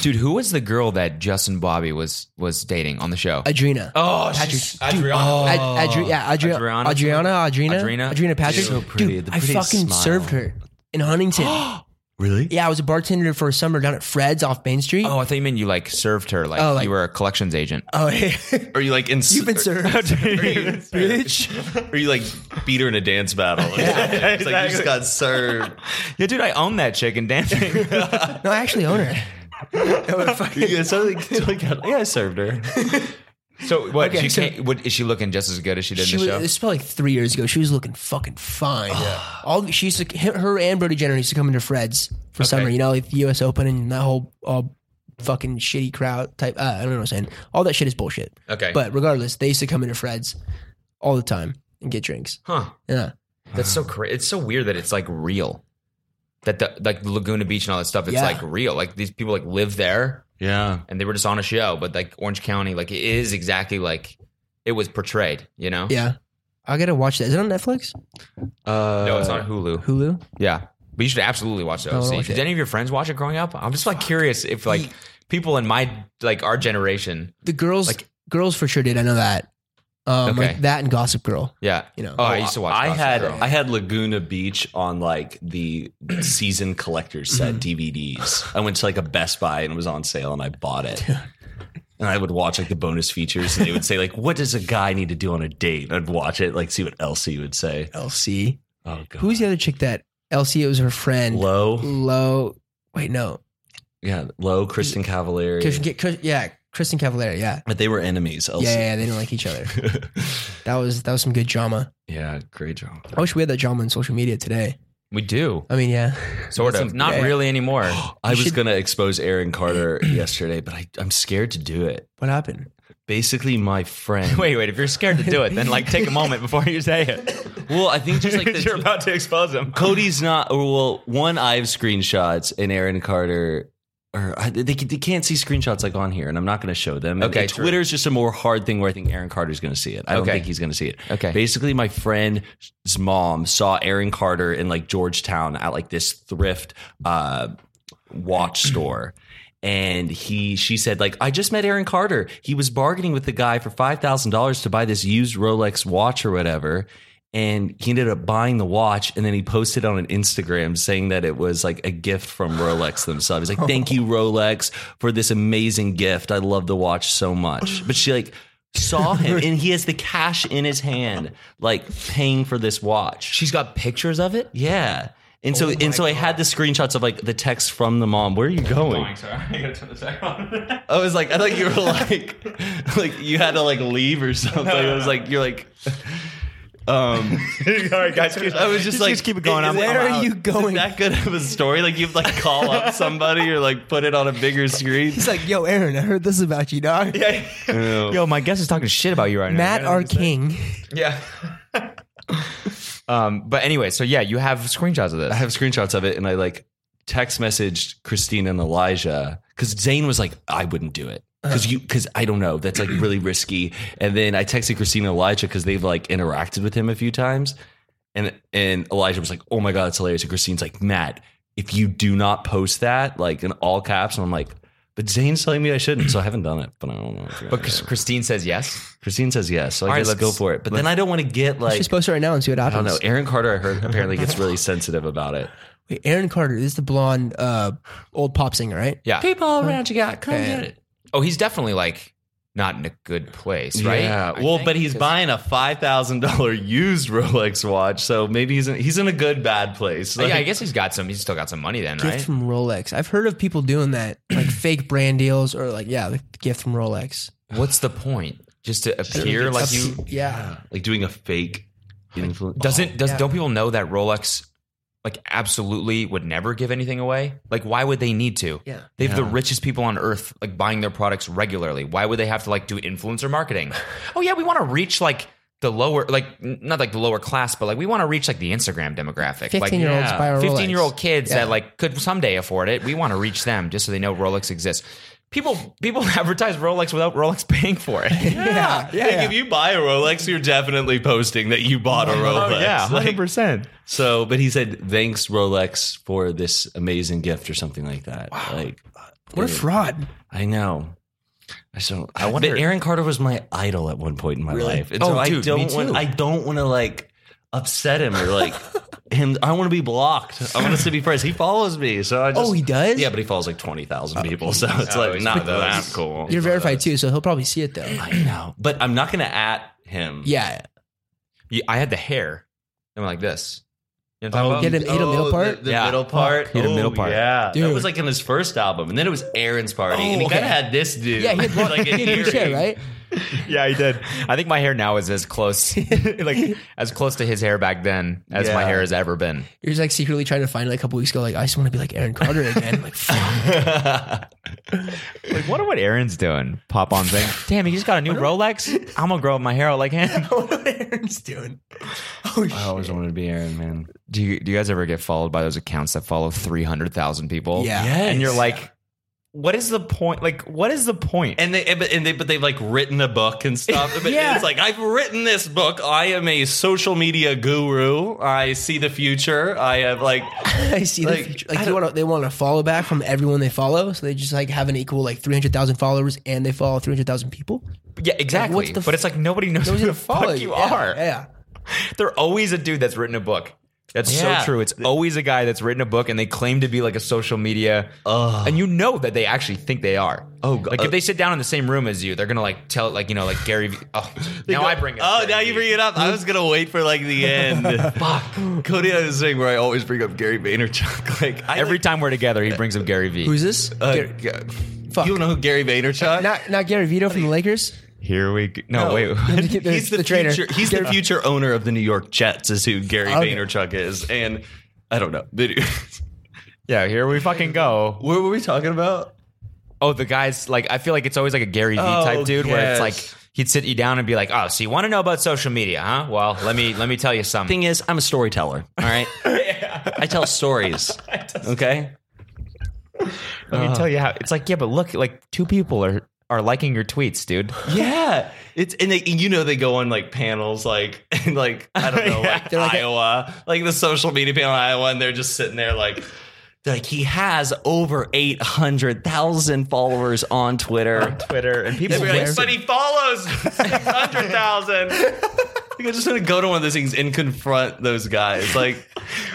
S1: Dude, who was the girl that Justin Bobby was was dating on the show?
S2: Adrena.
S1: oh,
S2: Patrick. oh.
S1: Adriana.
S3: Oh.
S2: Ad- Adri- yeah, Adri-
S1: Adriana.
S2: Adriana, Adriana, Adrena,
S1: Adrena.
S2: Patrick.
S3: So pretty,
S2: Dude,
S3: the
S2: I
S3: prettiest
S2: fucking
S3: smile.
S2: served her in Huntington.
S3: really?
S2: yeah, I was a bartender for a summer down at Fred's off Main Street.
S1: Oh, I thought you meant you like served her, like,
S2: Oh, like-
S1: you were a collections agent.
S2: Oh, yeah.
S3: Are you like in?
S2: you've been served, bitch.
S3: Or you like beat her in a dance battle? Or something? It's like you just got served.
S1: Yeah, dude, I own that chicken dancing.
S2: No, I actually own her. No, but fucking-
S3: Yeah, so like, like, yeah, I served her.
S1: so what?
S2: Okay,
S1: she
S2: so-
S1: can't, what is she looking just as good as she did
S2: she
S1: in
S2: was,
S1: the show?
S2: this was probably like three years ago. She was looking fucking fine. All she used to, her and Brody Jenner used to come into Fred's for summer. You know, like the U.S. Open and that whole all fucking shitty crowd type. Uh, I don't know what I'm saying. All that shit is bullshit.
S1: Okay.
S2: But regardless, they used to come into Fred's all the time and get drinks.
S1: huh.
S2: Yeah.
S1: That's so crazy. It's so weird that it's like real. That the like Laguna Beach and all that stuff, it's
S2: Yeah.
S1: like real. Like these people like live there
S3: Yeah.
S1: and they were just on a show, but like Orange County, like it is exactly like it was portrayed, you know?
S2: Yeah. I gotta watch that. Is it on Netflix?
S3: Uh,
S1: No, it's on Hulu.
S2: Hulu?
S1: Yeah. But you should absolutely Oh, watch the
S2: No, I
S1: OC.
S2: watch
S1: Did
S2: it.
S1: any of your friends watch it growing up? I'm just like curious if like people in my like our generation.
S2: The girls
S1: Like-
S2: girls for sure did. I know that. Um
S1: Okay.
S2: like that and Gossip Girl.
S1: Yeah.
S2: You know.
S1: Oh, I used to watch.
S3: I
S1: Gossip
S3: had
S1: Girl.
S3: I had Laguna Beach on like the season collector's set
S2: Mm.
S3: DVDs. I went to like a Best Buy and it was on sale and I bought it. And I would watch like the bonus features and they would say like what does a guy need to do on a date? And I'd watch it like see what Elsie would say.
S2: LC.
S3: Oh god.
S2: Who's the other chick that LC? It was her friend.
S3: Low?
S2: Low. Wait, no.
S3: Yeah, Low Kristen Cavallari.
S2: Chris, get Chris, yeah, Kristen Cavallari. Yeah.
S3: But they were enemies, Elsie.
S2: yeah, yeah, yeah, They didn't like each other.
S3: Yeah,
S2: That was that was some good drama.
S3: great job.
S2: I wish we had that drama on social media today.
S1: we do
S2: I mean, yeah.
S1: sort of not
S2: yeah.
S1: really anymore.
S3: I was
S2: should-
S3: going to expose Aaron Carter yesterday, but I, I'm scared to do it.
S2: What happened?
S3: Basically, my friend.
S1: wait, wait. If you're scared to do it, then like take a moment before you say it.
S3: Well, I think just like the,
S1: you're about to expose him.
S3: Cody's not. Or well, one I have screenshots, and Aaron Carter. Or I, they, they can't see screenshots like on here, and I'm not going to show them. And-
S1: Okay,
S3: and
S1: true.
S3: Twitter is just a more hard thing where I think Aaron Carter's going to see it. I don't
S1: Okay.
S3: think he's going to see it.
S1: Okay.
S3: Basically, my friend's mom saw Aaron Carter in like Georgetown at like this thrift. Uh, watch store. And he, she said, like, I just met Aaron Carter. He was bargaining with the guy for five thousand dollars to buy this used Rolex watch or whatever, and he ended up buying the watch. And then he posted on an Instagram saying that it was like a gift from Rolex themselves. He's like, "Thank you, Rolex, for this amazing gift. I love the watch so much." But she like saw him, and he has the cash in his hand, like paying for this watch.
S1: She's got pictures of it.
S3: Yeah. And
S1: Oh
S3: so and so I had the screenshots of like the text from the mom. Where are you going?
S1: Sorry, I gotta turn this back on.
S3: I was like, I thought you were like like you had to like leave or something. I was like, you're like um
S1: All right, guys. keep-
S3: I was just, like
S6: just keep it going.
S3: is
S6: I'm-
S3: it-
S6: I'm
S2: Where
S6: out.
S2: are you going?
S3: that good of a story? Like you've like call up somebody or like put it on a bigger screen.
S2: He's like, yo, Aaron, I heard this about you, dog.
S1: Yo, my guest is talking shit about you right
S2: Matt
S1: now.
S2: R. King.
S1: Yeah. um, but anyway, so yeah, you have screenshots of this.
S3: I have screenshots of it and I like text messaged Christine and Elijah because Zane was like, I wouldn't do it.
S1: Uh-huh.
S3: Cause you, cause I don't know. That's like really risky. And then I texted Christine and Elijah because they've like interacted with him a few times. And and Elijah was like, Oh my god, it's hilarious. And Christine's like, Matt, if you do not post that, like in all caps, and I'm like, but Zane's telling me I shouldn't, so I haven't done it. But I don't know. if you're
S1: But
S3: gonna do
S1: Chris-
S3: it.
S1: Christine says yes.
S3: Christine says yes, so I
S1: All right,
S3: guess
S1: let's-
S3: go for it. But then I don't want to get
S2: Let's
S3: like
S2: just post it right now and see what
S3: I don't
S2: happens.
S3: know. Aaron Carter, I heard apparently gets really sensitive about it.
S2: Wait, Aaron Carter this is the blonde uh, old pop singer, right?
S1: Yeah.
S3: People around you got come
S2: get
S3: it.
S1: Oh, he's definitely like not in a good place, right?
S3: Yeah.
S1: I
S3: well,
S1: think,
S3: but he's
S1: 'cause-
S3: buying a five thousand dollar used Rolex watch, so maybe he's in, he's in a good bad place.
S1: Oh, yeah, I
S3: Like,
S1: guess he's got some. He's still got some money then,
S2: Gift
S1: right?
S2: from Rolex. I've heard of people doing that, like fake brand deals or like, yeah, like gift from Rolex.
S1: What's the point? Just to appear like you
S2: Yeah.
S3: like doing a fake influence.
S1: doesn't does
S2: yeah.
S1: don't people know that Rolex like absolutely would never give anything away? Like why would they need to?
S2: Yeah.
S1: They have the richest people on earth like buying their products regularly. Why would they have to like do influencer marketing? oh yeah, we want to reach like the lower like n- not like the lower class, but like we want to reach like the Instagram demographic.
S2: 15
S1: like
S2: year olds
S3: yeah,
S2: buy a Rolex.
S1: 15 year old kids
S2: Yeah.
S1: that like could someday afford it. We want to reach them just so they know Rolex exists. People people advertise Rolex without Rolex paying for it.
S2: Yeah. Yeah.
S3: like
S2: yeah.
S3: if you buy a Rolex, you're definitely posting that you bought a Rolex. Like,
S1: percent.
S3: so, but he said thanks Rolex for this amazing gift or something like that. Like
S2: what a fraud.
S3: I know. I so I
S1: wonder-
S3: wonder. Aaron Carter was my idol at one point in my life, and
S1: Oh,
S3: so I
S1: dude, me
S3: don't want.
S1: too.
S3: I don't want to like upset him or like him. I want to be blocked. I want us to be friends. He follows me, so I just.
S2: Oh, he does?
S3: Yeah, but he follows like twenty thousand people, so it's
S1: Oh,
S3: like
S1: he's
S3: not
S1: one of those.
S3: that cool.
S2: You're verified too, so he'll probably see it though.
S3: I know, but I'm not gonna at him.
S2: Yeah.
S1: Yeah, I had the hair. I went like this. You know what I'm
S2: Get
S1: talking
S2: him, hit a middle
S3: the-
S2: part.
S3: The,
S1: Yeah.
S3: middle part.
S1: Hit a middle
S3: Oh,
S1: part.
S3: Yeah, that
S2: Dude.
S3: was like in his first album, and then it was Aaron's party, and he
S2: Oh,
S3: kind
S2: okay.
S3: of had this dude.
S2: Yeah, he had,
S3: like
S2: he
S3: an
S2: had loose hair,
S3: earring.
S2: right?
S1: about? Yeah, he did. I think my hair now is as close, like as close to his hair back then as my
S3: Yeah.
S1: hair has ever been.
S2: He was like secretly trying to find like a couple weeks ago, like, I just want to be like Aaron Carter again. Like, fuck.
S1: Like, wonder what Aaron's doing. Pop on thing. Damn, he just got a new Rolex. I'm gonna grow up my hair out like him.
S2: what are Aaron's doing? Oh, shit.
S3: I always wanted to be Aaron, man.
S1: Do you do you guys ever get followed by those accounts that follow three hundred thousand people?
S2: Yeah.
S1: and you're
S3: Yes.
S1: like, what is the point? Like, what is the point?
S3: and they and- but- and they but they've like written a book and stuff. But
S2: Yeah.
S3: It's like I've written this book. I am a social media guru. I see the future. I have like
S2: I see the
S3: Like,
S2: future. Like
S3: I
S2: they want to, they want to follow back from everyone they follow, so they just like have an equal like three hundred thousand followers, and they follow three hundred thousand people.
S1: yeah, exactly.
S2: what's the
S1: but
S2: f-
S1: it's like nobody knows
S2: Those
S1: who the
S2: are follow
S1: fuck you
S2: Yeah,
S1: are.
S2: Yeah,
S1: They're always a dude that's written a book. That's
S3: Yeah.
S1: so true. It's always a guy that's written a book and they claim to be like a social media. and you know that they actually think they are. Oh, God.
S3: uh,
S1: Like if they sit down in the same room as you, they're going to like tell it, like, you know, like Gary Vee. Oh, now I bring it up.
S3: oh now
S1: Gary
S3: you
S1: Vee.
S3: bring it up. I was gonna wait for like the end. Fuck. Cody has this thing where I always bring up Gary Vaynerchuk. Like I
S1: Every time we're together, he brings up Gary Vee.
S2: Who's this?
S3: like,
S2: Gar-
S3: uh,
S2: Fuck.
S3: You don't know who Gary Vaynerchuk?
S2: not not Gary Vito from the Lakers.
S1: Here we go. No,
S3: No.
S1: wait. what?
S3: he's the,
S2: trainer.
S3: future. He's the future owner of the New York Jets, is who Gary
S2: Okay.
S3: Vaynerchuk is, and I don't know.
S1: Yeah, here we fucking go.
S3: what were we talking about?
S1: Oh, the guy's like, I feel like it's always like a Gary Vee
S3: Oh,
S1: type dude where it's
S3: yes.
S1: like, he'd sit you down and be like, oh, so you want to know about social media, huh? Well, let me, let me tell you something.
S4: Thing is, I'm a storyteller. All right, I tell stories. Okay,
S2: Uh-huh.
S1: Let me tell you how it's like. Yeah, but look, like two people are are liking your tweets, dude.
S3: Yeah, it's and they and you know they go on like panels like and like I don't know like
S2: They're like a-
S3: Iowa like the social media panel in Iowa and they're just sitting there like
S4: They're like, he has over 800,000 followers on Twitter.
S1: Twitter and people.
S2: Yeah,
S1: listen.
S2: but
S3: he follows 600,000. I think I just want to go to one of those things and confront those guys. Like,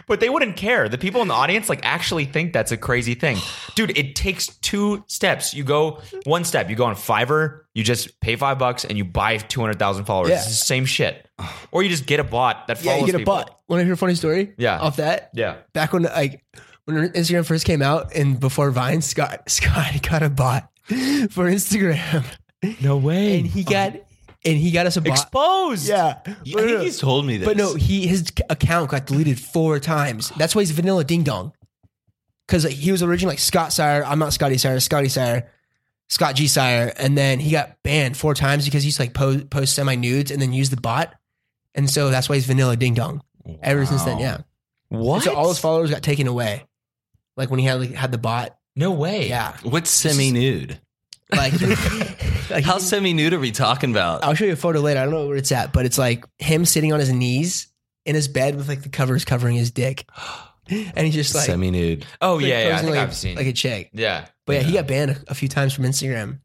S1: But they wouldn't care. The people in the audience like actually think that's a crazy thing. Dude, it takes two steps. You go one step, you go on Fiverr, you just pay five bucks and you buy 200,000 followers.
S2: Yeah.
S1: It's the same shit. Or you just get a bot that
S2: Yeah,
S1: follows
S2: you get a
S1: people.
S2: butt. Want to hear a funny story?
S1: Yeah.
S2: Off that?
S1: Yeah.
S2: Back when like when Instagram first came out and before Vine, Scott Scott got a bot for Instagram.
S1: No way.
S2: And he got and he got us a bot.
S1: Exposed.
S2: yeah.
S3: I think he's told me this.
S2: But no, he his account got deleted four times. That's why he's Vanilla Ding Dong. Because he was originally like Scott Sire. I'm not Scotty Sire. Scotty Sire. Scott G Sire. And then he got banned four times because he's like post, post semi nudes and then used the bot. And so that's why he's Vanilla Ding Dong. Ever since then, yeah.
S1: What?
S2: And so all his followers got taken away. Like when he had like, had the bot.
S1: no way.
S2: Yeah.
S4: What's semi nude?
S2: Like, like
S4: How semi nude are we talking about?
S2: I'll show you a photo later. I don't know where it's at, but it's like him sitting on his knees in his bed with like the covers covering his dick. And he's just like,
S4: Semi nude.
S1: Oh,
S2: like,
S1: yeah, yeah. I
S2: posing
S1: think
S2: like,
S1: I've seen.
S2: like a chick.
S1: yeah.
S2: But yeah, he got banned a, a few times from Instagram.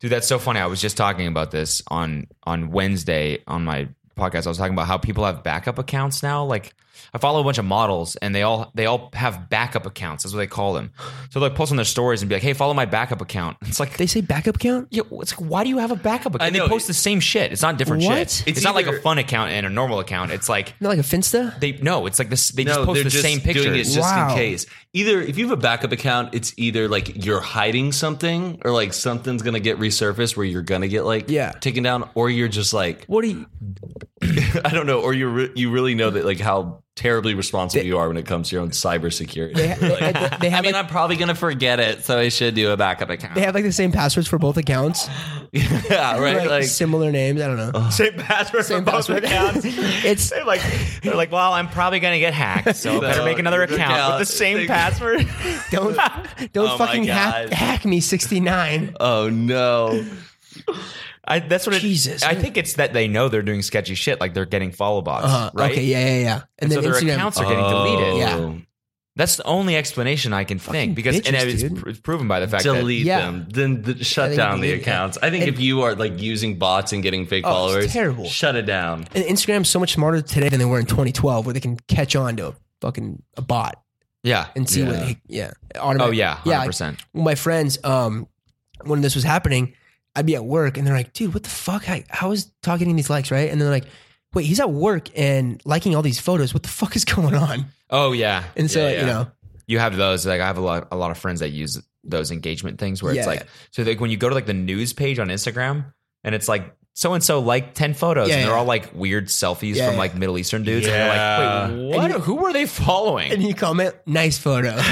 S1: Dude, that's so funny. I was just talking about this on on Wednesday on my podcast. I was talking about how people have backup accounts now. Like I follow a bunch of models and they all they all have backup accounts. That's what they call them. So they like post on their stories and be like, "Hey, follow my backup account." It's like
S2: They say backup count?
S1: yeah, it's like, why do you have a backup account?
S3: I know.
S1: They post the same shit. It's not different
S2: What?
S1: shit. It's,
S3: It's
S1: not like
S3: either-
S1: a fun account and a normal account. It's like
S2: Not like a Finsta?
S1: they no, it's like this. They
S3: no,
S1: just post
S3: they're
S1: the
S3: just
S1: same pictures.
S3: doing it just
S2: Wow.
S3: in case. Either if you have a backup account, it's either like you're hiding something, or like something's gonna get resurfaced where you're gonna get like
S2: Yeah.
S3: taken down, or you're just like
S2: What do you,
S3: I don't know, or you re- you really know that like how terribly responsible you are when it comes to your own cybersecurity.
S2: they, ha- they,
S3: Like,
S2: ha- they
S4: I
S2: have
S4: mean,
S2: like,
S4: I'm probably going to forget it, so I should do a backup account.
S2: they have like the same passwords for both accounts.
S3: yeah, right.
S2: Like,
S3: Like,
S2: similar names. I don't know.
S1: same password
S2: Same
S1: for
S2: password.
S1: both accounts.
S2: It's-
S1: they're like they're like, well, I'm probably gonna get hacked, so I better
S3: So,
S1: make another
S3: look
S1: account,
S3: out.
S1: with the same password.
S2: Don't don't
S3: Oh my
S2: fucking hack,
S3: God.
S2: hack me 69.
S3: oh no.
S1: I, that's what it,
S2: Jesus.
S1: I think it's that they know they're doing sketchy shit, like they're getting follow bots,
S2: Uh,
S1: right?
S2: Okay, yeah, yeah, yeah.
S1: And, so their accounts are getting
S3: Oh,
S1: deleted.
S2: Yeah.
S1: That's the only explanation I can think because and
S2: bitches,
S1: it's,
S2: dude.
S1: pr- it's proven by the fact
S3: delete
S2: Yeah.
S3: them. Then th-
S2: I
S3: shut
S2: think
S3: down the
S2: delete it.
S3: accounts. I think
S2: And-
S3: if you are like using bots and getting fake
S2: Oh, it's
S3: followers,
S2: terrible.
S3: Shut it down.
S2: And Instagram's so much smarter today than they were in 2012, where they can catch on to a fucking a bot
S1: that yeah.
S2: and see
S3: Yeah.
S2: what yeah. Automatic,
S1: Oh yeah,
S2: yeah.
S1: hundred
S2: like,
S1: percent.
S2: my friends, um, when this was happening, I'd be at work and they're like, "Dude, what the fuck? How, how is talking getting these likes, right?" And they're like, "Wait, he's at work and liking all these photos. What the fuck is going on?"
S1: Oh yeah.
S2: And so
S1: Yeah, yeah.
S2: you know,
S1: you have those. Like I have a lot, a lot of friends that use those engagement things where
S2: Yeah.
S1: it's like, so like when you go to like the news page on Instagram, and it's like so and so liked ten photos,
S2: Yeah,
S1: and they're
S2: yeah.
S1: all like weird selfies
S2: Yeah,
S1: from
S2: yeah.
S1: like Middle Eastern dudes,
S3: Yeah.
S1: and you're like, wait, what?
S2: And
S1: Who were they following?
S2: and you comment, "Nice photo,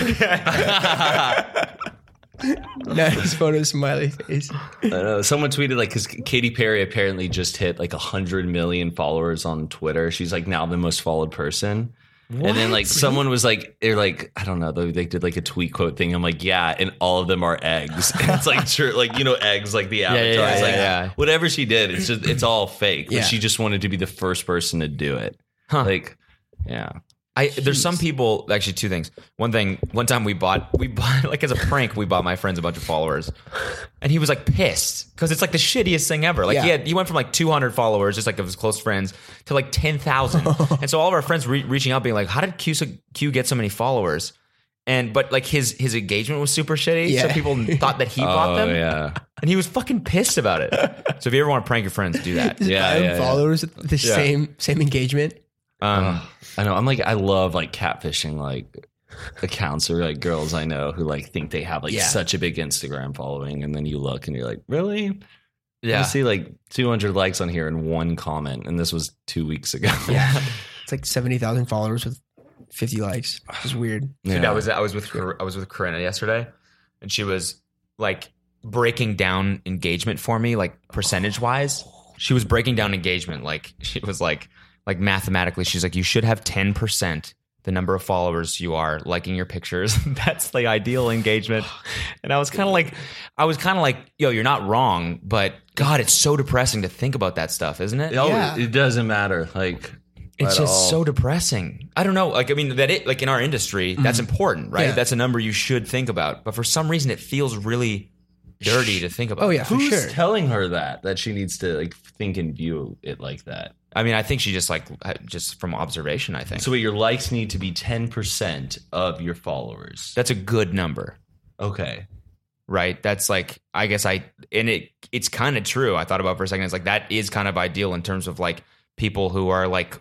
S2: nice photo, smiley face."
S3: I know. Someone tweeted like because Katy Perry apparently just hit like hundred million followers on Twitter. She's like now the most followed person. And then like someone was like they're like I don't know they, they did like a tweet quote thing. I'm like yeah, and all of them are eggs. And it's like true, like you know eggs like the avatar.
S1: yeah,
S3: It's
S1: yeah,
S3: like,
S1: yeah.
S3: Whatever she did, it's just it's all fake. But
S2: Yeah.
S3: she just wanted to be the first person to do it.
S1: Huh.
S3: Like yeah,
S1: I there's some people actually two things. One thing, one time we bought we bought like as a prank we bought my friends a bunch of followers, and he was like pissed because it's like the shittiest thing ever. Like
S2: Yeah.
S1: he had he went from like 200 followers just like of his close friends to like 10,000, and so all of our friends re- reaching out being like, how did Q so- Q get so many followers? And but like his his engagement was super shitty, so
S2: Yeah.
S1: people thought that he bought
S3: oh
S1: them,
S3: yeah.
S1: and he was fucking pissed about it. so if you ever want to prank your friends, do that.
S3: Yeah,
S2: I have
S3: yeah, yeah.
S2: followers with the same same engagement.
S1: Um,
S3: I know. I'm like, I love like catfishing like accounts or like girls I know who like think they have like
S2: Yeah.
S3: such a big Instagram following, and then you look and you're like, really? I
S1: yeah,
S3: see like 200 likes on here and one comment, and this was two weeks ago. Yeah,
S2: It's like seventy thousand followers with fifty likes. It's just weird.
S1: Dude, I was I was with Cor- I was with Corinna yesterday, and she was like breaking down engagement for me, like percentage wise. She was breaking down engagement, like she was like like mathematically. She's like, you should have ten percent the number of followers you are liking your pictures. That's the ideal engagement. And I was kind of like, I was kind of like, yo, you're not wrong, but God, it's so depressing to think about that stuff, isn't it?
S3: Oh,
S2: Yeah.
S3: it doesn't matter. Like,
S1: It's just
S3: at all.
S1: so depressing. I don't know. Like I mean, that it like in our industry, that's important, right?
S2: Mm-hmm. Yeah.
S1: That's a number you should think about. But for some reason, it feels really dirty to think about.
S2: Oh yeah, for
S3: Who's
S2: sure.
S3: telling her that that she needs to like think and view it like that?
S1: I mean, I think she just like uh, just from observation. I think
S3: So wait, your likes need to be ten percent of your followers.
S1: that's a good number,
S3: Okay,
S1: right? That's like I guess I and it it's kind of true. I thought about it for a second. It's like that is kind of ideal in terms of like people who are like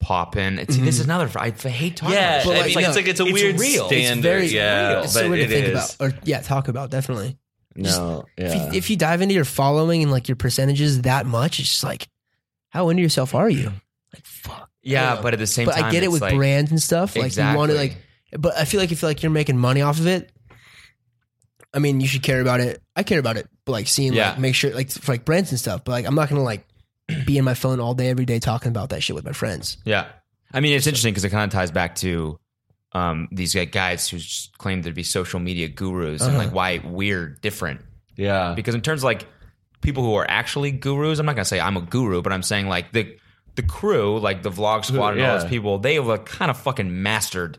S1: popping. It's This is another. I hate talking.
S3: yeah,
S1: about
S2: Mm-hmm. But,
S1: this.
S3: I
S2: like,
S3: mean,
S2: no,
S3: it's like it's a
S1: it's
S3: weird
S1: real. It's
S3: standard.
S2: very
S3: yeah,
S2: It's
S3: but
S2: so weird
S3: it
S2: to think
S3: is.
S2: about, or yeah, talk about definitely.
S3: No,
S2: If, you, if you dive into your following and like your percentages that much, it's just like, how into yourself are you? Like fuck.
S1: yeah,
S2: Yeah.
S1: But at the same
S2: But
S1: time,
S2: I get it
S1: it's
S2: with
S1: like,
S2: brands and stuff. Like
S1: exactly.
S2: you want to like, but I feel like if like you're making money off of it, I mean, you should care about it. I care about it, but like seeing
S1: Yeah.
S2: like make sure like for like brands and stuff. But like I'm not gonna like be in my phone all day every day talking about that shit with my friends.
S1: Yeah. I mean, it's interesting because it kind of ties back to um, these like, guys who just claim to be social media gurus and
S3: Uh-huh.
S1: like why we're different.
S3: yeah,
S1: Because in terms of like people who are actually gurus, I'm not gonna say I'm a guru, but I'm saying like the the crew, like the vlog squad and all
S3: Yeah.
S1: those people, they have like, kind of fucking mastered.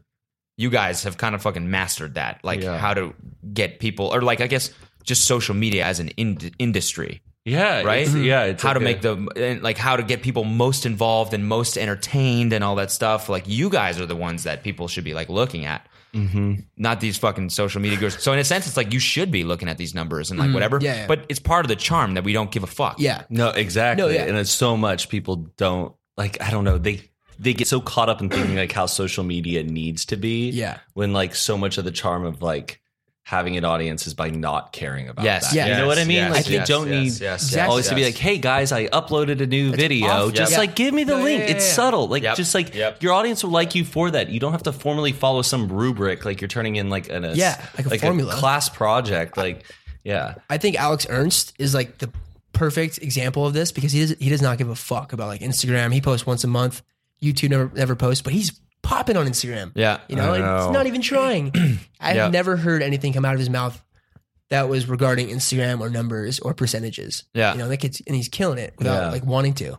S1: You guys have kind of fucking mastered that, like
S3: Yeah.
S1: how to get people, or like I guess just social media as an ind- industry
S3: yeah,
S1: right?
S3: it's- yeah, it's
S1: how to
S3: like a-
S1: make the and, like how to get people most involved and most entertained and all that stuff. Like you guys are the ones that people should be like looking at, mm-hmm. not these fucking social media gurus. So in a sense, it's like you should be looking at these numbers and like whatever.
S2: Mm-hmm. yeah, yeah.
S1: But it's part of the charm that we don't give a fuck.
S2: Yeah,
S3: No, exactly.
S2: No, yeah.
S3: And it's so much people don't like. I don't know. They they get so caught up in thinking like how social media needs to be.
S2: yeah,
S3: When like so much of the charm of like having an audience is by not caring about
S1: Yes.
S3: that.
S2: Yes.
S3: You know what I mean?
S1: Yes.
S3: like
S1: Yes.
S3: they don't
S1: Yes.
S3: need
S1: Yes.
S2: Exactly.
S3: always to be like, hey guys, I uploaded a new video.
S2: awful.
S3: Just
S2: Yeah.
S3: like give me the
S1: No,
S3: link.
S1: yeah, yeah,
S3: It's
S1: yeah.
S3: subtle. Like
S1: Yep.
S3: just like
S1: Yep.
S3: your audience will like you for that. You don't have to formally follow some rubric. Like you're turning in like an
S2: Yeah, like a formula.
S3: class project. Like yeah.
S2: I think Alex Ernst is like the perfect example of this because he does, he does not give a fuck about like Instagram. He posts once a month. YouTube never never posts, but he's popping on Instagram.
S1: yeah,
S2: You know,
S3: I
S2: and
S3: know.
S2: he's not even trying. I've
S1: Yeah.
S2: never heard anything come out of his mouth that was regarding Instagram or numbers or percentages.
S1: yeah.
S2: You know, that kid's and he's killing it without
S3: Yeah.
S2: like wanting to.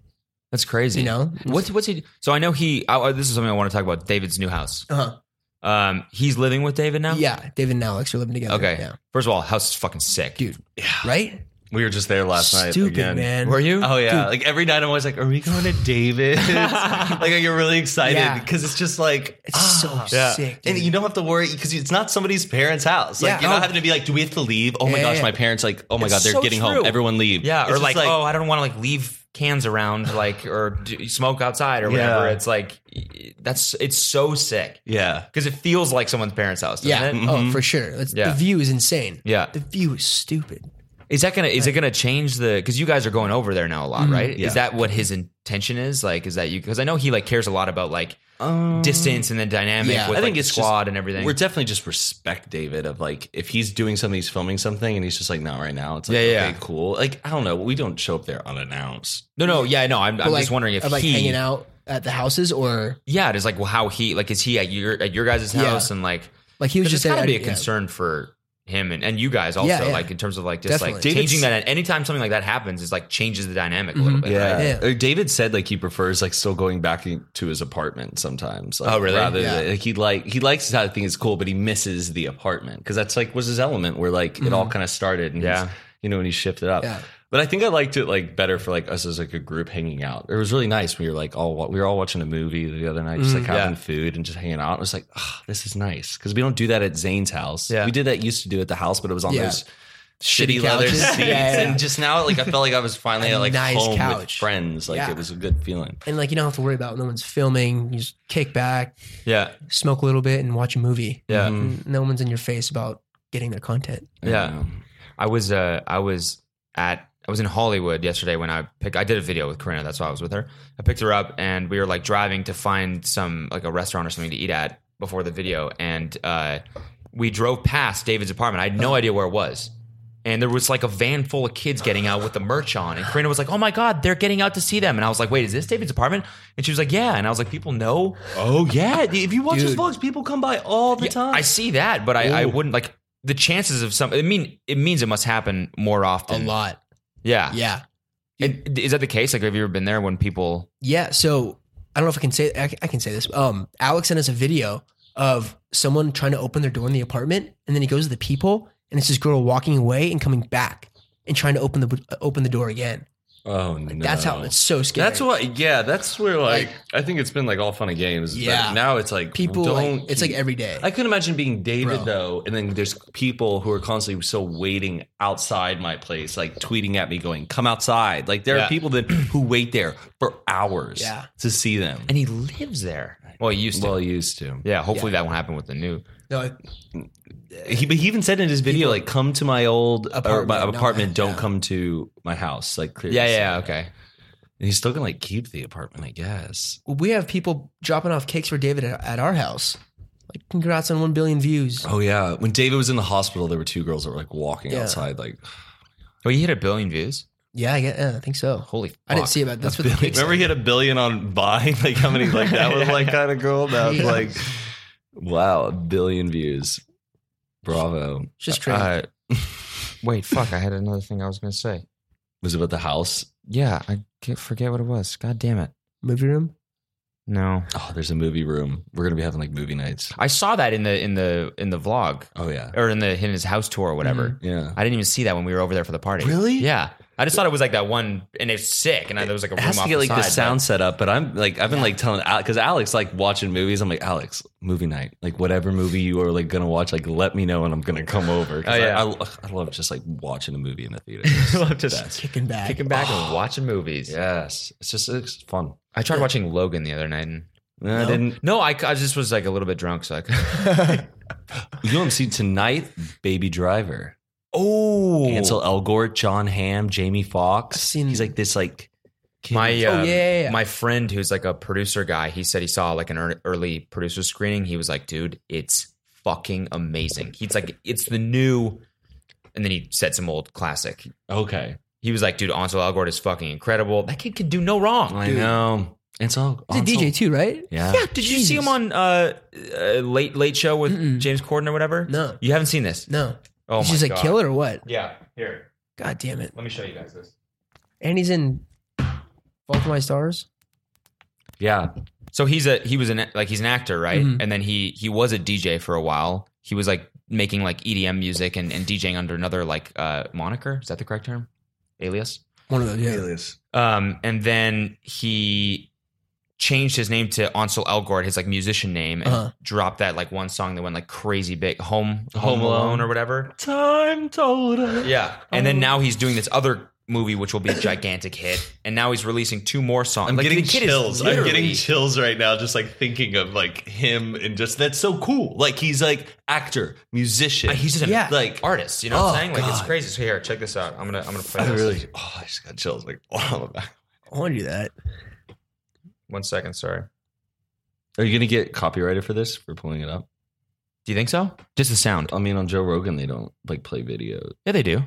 S1: That's crazy.
S2: You know,
S1: what's what's he? So I know he. I, this is something I want to talk about. David's new house.
S2: Uh-huh.
S1: Um, he's living with David now.
S2: Yeah, David and Alex are living together.
S1: Okay.
S2: Yeah.
S1: First of all, house is fucking sick.
S2: Dude. Right?
S3: We were just there last night.
S2: Stupid
S3: again.
S2: man.
S1: Were you?
S3: Oh yeah, like every night I'm always like, "Are we going to David's?" like I get really
S2: Yeah.
S3: excited because it's just like "Ah."
S2: It's so sick,
S3: and
S2: dude.
S3: you don't have to worry because it's not somebody's parents' house. Like
S2: Yeah.
S3: you're not
S2: Oh.
S3: having to be like, "Do we have to leave?" Oh my
S2: Yeah,
S3: gosh,
S2: yeah.
S3: my parents like, "Oh my
S1: It's
S3: god, they're
S1: so
S3: getting
S1: true.
S3: home. Everyone leave."
S1: Yeah,
S3: It's
S1: or
S3: just
S1: like, oh, I don't want to like leave cans around, like or d- smoke outside or whatever.
S3: Yeah.
S1: It's like y- that's it's so sick
S3: yeah,
S1: because it feels like someone's parents' house. Doesn't
S2: Yeah.
S1: it?
S2: Oh, for sure. It's,
S1: Mm-hmm. Yeah.
S2: The view is insane.
S1: yeah.
S2: The view is stupid.
S1: Is that gonna is it gonna change the? Because you guys are going over there now a lot, right?
S3: yeah.
S1: Is that what his intention is? Like, is that you? Because I know he like cares a lot about like distance and the dynamic
S2: Yeah.
S1: with
S3: I
S1: like,
S3: think
S1: the
S3: it's just-
S1: squad and everything.
S3: we're definitely just respect David of like if he's doing something, he's filming something, and he's just like, "Not right now." It's like,
S1: Yeah, yeah.
S3: okay, cool. Like I don't know, we don't show up there unannounced.
S1: no, no, yeah, no. I'm, I'm
S2: But,
S1: just
S2: like,
S1: wondering if
S2: of, like
S1: he,
S2: hanging out at the houses or
S1: yeah, it is like well, how he like is he at your at your guys'
S2: Yeah.
S1: house and like
S2: like he was
S1: Because
S2: just
S1: it's gotta
S2: at-
S1: be a
S2: yeah.
S1: concern for him and, and you guys also,
S2: Yeah, yeah.
S1: like in terms of like just like
S2: Definitely.
S1: changing that. Anytime something like that happens, is like changes the dynamic a
S2: Mm-hmm.
S1: little bit. right?
S3: Yeah.
S2: Yeah.
S3: Or David said like he prefers like still going back in- to his apartment sometimes. Like,
S1: Oh, really?
S3: Rather
S2: Yeah.
S3: than, like he like he likes how things cool, but he misses the apartment because that's like was his element where like it all kind of started. And
S1: Yeah.
S3: he's- You know, when he shifted up.
S2: Mm-hmm. Yeah.
S3: But I think I liked it like better for like us as like a group hanging out. It was really nice. We were like all wa- we were all watching a movie the other night, just like having
S1: Mm-hmm. yeah.
S3: food and just hanging out. It was like, ah, this is nice because we don't do that at Zane's house.
S1: Yeah.
S3: We did that used to do at the house, but it was on
S2: Yeah.
S3: those shitty
S2: Shitty
S3: leather
S2: couches.
S3: seats.
S2: Yeah, yeah, yeah.
S3: And just now, like I felt like I was finally
S2: A
S3: like
S2: nice
S3: home with
S2: couch.
S3: friends. Like
S2: Yeah.
S3: it was a good feeling.
S2: and like you don't have to worry about no one's filming. You just kick back,
S1: Yeah.
S2: smoke a little bit, and watch a movie.
S1: Yeah. Mm-hmm.
S2: And no one's in your face about getting their content.
S1: Yeah. I was, uh, I was at, I was in Hollywood yesterday when I picked, I did a video with Corinna. That's why I was with her. I picked her up and we were like driving to find some, like a restaurant or something to eat at before the video. And, uh, we drove past David's apartment. I had no idea where it was. And there was like a van full of kids getting out with the merch on. And Karina was like, oh my God, they're getting out to see them. And I was like, wait, is this David's apartment? And she was like, yeah. And I was like, people know.
S3: Oh yeah. If you watch
S2: his
S3: his vlogs, people come by all the
S1: Yeah,
S3: time.
S1: I see that, but I, I
S3: Ooh.
S1: wouldn't like the chances of some. I mean, it means it must happen more often.
S2: lot.
S1: Yeah.
S2: Yeah.
S1: And is that the case? Like, have you ever been there when people?
S2: Yeah. So I don't know if I can say I can- I can say this. Um, Alex sent us a video of someone trying to open their door in the apartment, and then he goes to the people, and it's this girl walking away and coming back and trying to open the open the door again.
S3: Oh no,
S2: That's how it's so scary.
S3: That's what. Yeah, that's where like,
S2: Like-
S3: I think it's been like all fun and games.
S2: Yeah.
S3: but now it's like
S2: people
S3: Don't
S2: like, it's like
S3: keep-
S2: every day.
S3: I couldn't imagine being David
S2: Bro.
S3: though, and then there's people who are constantly still waiting outside my place, like tweeting at me, going, "Come outside!" Like there
S1: Yeah.
S3: are people that who wait there for hours,
S2: Yeah.
S3: to see them.
S1: And he lives there. Well, he used to.
S3: well, he used to.
S1: yeah, hopefully that won't happen with the new.
S2: no, it-
S3: He, but he even said in his video, like, "Come to my old apartment, or
S2: Apartment,
S3: my
S2: not my-
S3: apartment. don't
S2: yeah.
S3: come to my house." Like, clearly
S1: Yeah,
S3: said
S1: yeah,
S3: that.
S1: okay.
S3: And he's still gonna like keep the apartment, I guess.
S2: we have people dropping off cakes for David at, at our house. Like, congrats on one billion views.
S3: Oh yeah, when David was in the hospital, there were two girls that were like walking
S2: Yeah.
S3: outside, like.
S1: Well, Oh, he hit a billion views.
S2: Yeah, I, get, yeah, I think so.
S1: Holy, fuck.
S2: I didn't see about that's what the cakes.
S3: Remember he had a billion on buying? Like how many like that was like kind of cool. That was
S2: Yeah.
S3: like wow, a billion views. Bravo.
S2: It's just crazy.
S1: Uh, wait, fuck! I had another thing I was gonna say.
S3: Was it about the house?
S1: Yeah, I can't forget what it was. God damn it!
S2: Movie room.
S1: No,
S3: Oh, there's a movie room. We're gonna be having like movie nights.
S1: I saw that in the in the in the vlog
S3: Oh yeah.
S1: or in the in his house tour or whatever.
S3: Yeah.
S1: I didn't even see that when we were over there for the party.
S3: Mm-hmm. Really?
S1: Yeah. I just thought it was like that one, and it's sick, and I, there was like a
S3: It
S1: room
S3: has
S1: off
S3: to get like
S1: the,
S3: the
S1: side,
S3: sound set up, but I'm like I've been like telling Alex because Alex like watching movies. I'm like Alex, movie night, like whatever movie you are like gonna watch, like let me know and I'm gonna come over.
S1: Oh,
S3: 'Cause
S1: yeah.
S3: I, I, I love just like watching a movie in the theater.
S1: but- I love just
S3: That's-
S2: Kicking back.
S1: kicking back and watching movies.
S3: yes, it's just it's fun.
S1: I tried watching Logan the other night, and
S3: I
S2: No?
S3: didn't.
S1: no, I, I just was like a little bit drunk, so I. could
S3: You don't see tonight, Baby Driver.
S1: oh,
S3: Ansel Elgort, John Hamm, Jamie Foxx.
S2: I've seen-
S3: He's like this, like kid.
S1: My
S2: Oh,
S1: um,
S2: yeah, yeah, yeah.
S1: my friend who's like a producer guy, he said he saw like an ear- early producer screening. He was like, "Dude, it's fucking amazing." He's like, "It's the new," and then he said some old classic.
S3: okay,
S1: He was like, "Dude, Ansel Elgort is fucking incredible. That kid can do no wrong."
S3: I
S2: Dude.
S3: know. Ansel,
S2: He's a DJ too, right?
S3: Yeah.
S1: yeah, did you see him on uh, uh late late show with
S2: Mm-mm.
S1: James Corden or whatever?
S2: No.
S1: you haven't seen this.
S2: No.
S1: Oh
S2: he's
S1: my
S2: just a
S1: god,
S2: killer or what?
S1: Yeah, here,
S2: God damn it.
S1: let me show you guys this.
S2: And he's in Fault in My Stars.
S3: Yeah,
S1: So he's a he was an like he's an actor, right?
S3: Mm-hmm.
S2: Mhm.
S1: And then he he was a DJ for a while. He was like making like EDM music and, and DJing under another like uh moniker. Is that the correct term? Alias.
S2: One of those. Yeah.
S1: Um and then he changed his name to Ansel Elgort, his like musician name, and
S2: Uh-huh.
S1: dropped that like one song that went like crazy big, Home Home,
S3: Home
S1: Alone.
S3: Alone. Oh.
S1: or whatever.
S3: Time total.
S1: Yeah. And then now he's doing this other movie which will be a gigantic hit. And now he's releasing two more songs.
S3: I'm
S1: Like, the
S3: getting
S1: kid is
S3: chills. I'm getting
S1: literally-
S3: chills right now, just like thinking of like him and just that's so cool. Like he's like actor, musician.
S1: He's just an
S2: Yeah.
S1: like artist, you know what I'm
S3: Oh,
S1: saying? Like it's
S3: God.
S1: crazy. So here, check this out. I'm gonna I'm gonna play
S3: I
S1: this.
S3: really. Oh, I just got chills. Like wow.
S2: I want to do that.
S1: One second, sorry.
S3: Are you gonna get copyrighted for this for pulling it up?
S1: Do you think so? Just the sound.
S3: I mean, on Joe Rogan, they don't like play videos.
S1: Yeah, they do.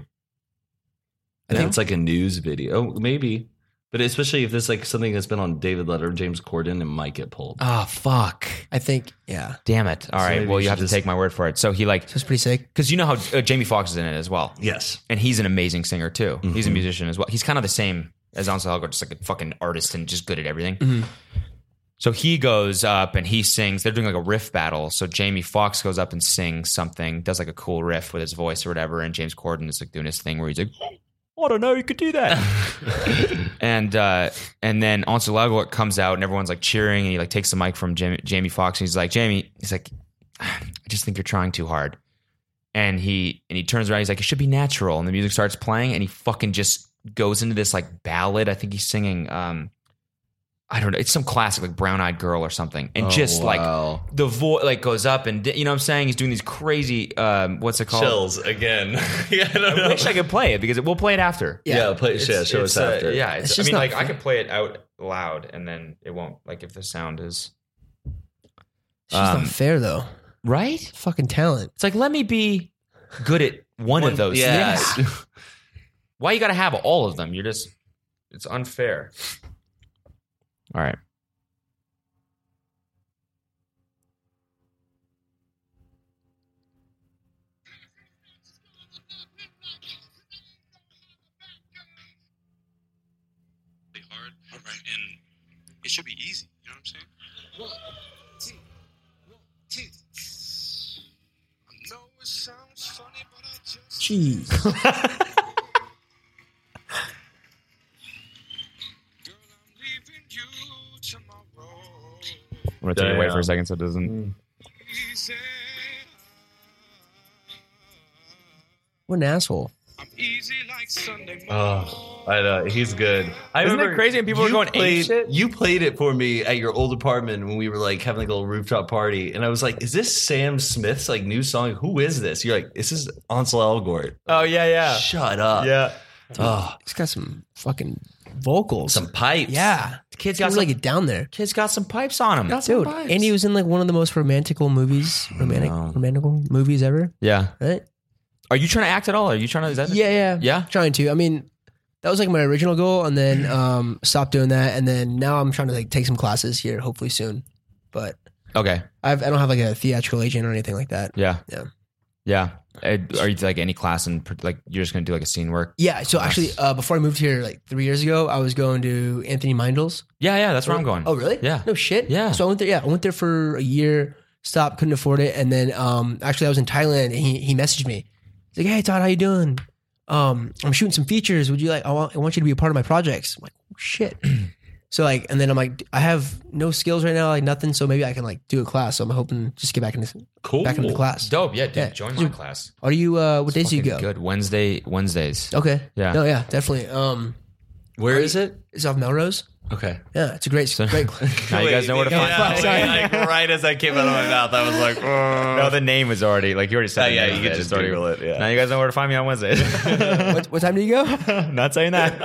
S3: I
S1: No?
S3: think it's like a news video. Oh, maybe. But especially if there's like something that's been on David Letter, James Corden, and might get pulled.
S1: Oh fuck.
S2: I think, yeah.
S1: Damn it. All
S3: So
S1: right.
S3: maybe
S1: Well,
S3: we
S1: you
S3: should
S1: have to
S3: just-
S1: take my word for it. So he like
S2: So it's pretty sick.
S1: cuz you know how uh, Jamie Foxx is in it as well.
S3: Yes.
S1: And he's an amazing singer too. He's a
S3: Mhm.
S1: musician as well. He's kind of the same as Ansel Elgort, just like a fucking artist and just good at everything.
S3: Mm-hmm.
S2: Mhm.
S1: So he goes up and he sings. They're doing like a riff battle. So Jamie Foxx goes up and sings something, does like a cool riff with his voice or whatever. And James Corden is like doing his thing where he's like, I don't know, you could do that. and uh, and then Ansel Elgort comes out and everyone's like cheering and he like takes the mic from Jamie, Jamie Foxx and he's like, Jamie, he's like, I just think you're trying too hard. And he and he turns around, he's like, it should be natural. And the music starts playing and he fucking just goes into this like ballad. I think he's singing um I don't know, it's some classic like Brown Eyed Girl or something. And just like the voice like goes up and di- you know what I'm saying? He's doing these crazy um what's it called?
S3: chills again. yeah, I don't
S1: I
S3: know.
S1: wish I could play it because it, we'll play it after.
S3: yeah,
S2: Yeah.
S3: play, yeah, show us after.
S1: uh, yeah,
S2: it's- It's I
S1: I
S2: just
S1: mean,
S2: mean, not
S1: like
S2: like, I
S1: I
S2: fair.
S1: could play it out loud, and then it won't. Like if the sound is
S2: It's just
S1: Um,
S2: not fair, though.
S1: right,
S2: Fucking talent.
S1: it's like let me be good at one, of those.
S3: Yeah.
S1: things. Why you got to have all of them? You're just it's unfair. All right.
S6: really hard, right? And it should be easy, you know? what I'm saying? One, two, one, two. I know it sounds funny, but I just
S2: Jeez.
S6: girl, I'm leaving you tomorrow.
S1: I'm gonna take it away
S3: Damn.
S1: for a second so it doesn't.
S6: Easy.
S2: What an asshole.
S6: I'm easy like Sunday morning.
S3: Oh, I know he's good. I
S1: Isn't that
S3: remember
S1: crazy? And people
S3: you
S1: are going ape
S3: played,
S1: shit?
S3: You played it for me at your old apartment when we were like having like a little rooftop party, and I was like, "Is this Sam Smith's like new song? Who is this?" You're like, "This is Ansel Elgort."
S1: Oh yeah, yeah,
S3: Shut up.
S1: yeah.
S3: Oh,
S2: He's got some fucking vocals.
S3: some pipes.
S2: yeah.
S1: Kid's
S2: Got
S1: got
S2: to
S1: some,
S2: really get down there.
S1: kid's got some pipes on him.
S2: Dude, and he was in like one of the most romantical movies, romantic, romantical movies ever,
S1: yeah.
S2: right?
S1: Are you trying to act at all? Are you trying to? Is that the-
S2: Yeah, yeah,
S1: Yeah?
S2: Trying to. I mean, that was like my original goal, and then um, stopped doing that, and then now I'm trying to like take some classes here, hopefully soon. But
S1: Okay.
S2: I've I don't have like a theatrical agent or anything like that.
S1: Yeah.
S2: Yeah.
S1: Yeah. Uh, Are you like any class and like you're just gonna do like a scene work?
S2: Yeah. So actually, uh, before I moved here, like three years ago, I was going to Anthony Mindel's.
S1: Yeah, yeah. That's where I'm going.
S2: Oh, really?
S1: Yeah.
S2: No shit.
S1: Yeah.
S2: So I went there. Yeah, I went there for a year. Stopped, couldn't afford it, and then um, actually I was in Thailand. And he he messaged me. He's like, "Hey Todd, how you doing? Um, I'm shooting some features. Would you like? I want, I want you to be a part of my projects." I'm like, oh, "Shit." so like, and then I'm like, I have no skills right now, like nothing. So maybe I can like do a class. So I'm hoping to just get back into
S3: cool.
S2: back into the class.
S1: Dope. Yeah, dude.
S2: Yeah.
S1: Join my
S2: Dude,
S1: class.
S2: Are you? uh What days do you
S1: Fucking
S2: go? Oh,
S1: Good Wednesday. Wednesdays.
S2: Okay.
S1: Yeah.
S2: No, yeah, definitely. Um,
S3: Where is it?
S2: it's off Melrose.
S3: Okay.
S2: Yeah, it's a great, great.
S1: Now you guys know where to find.
S3: Yeah,
S1: Yeah,
S3: wait, like, right as that came out of my mouth, I was like,
S1: No, the name is already like you already said.
S3: Oh,
S1: the
S3: yeah,
S1: name
S3: you
S1: of
S3: could
S1: it.
S3: just
S1: It's already-
S3: Google it, yeah.
S1: Now you guys know where to find me on Wednesdays.
S2: what, what time do you go?
S1: Not saying that.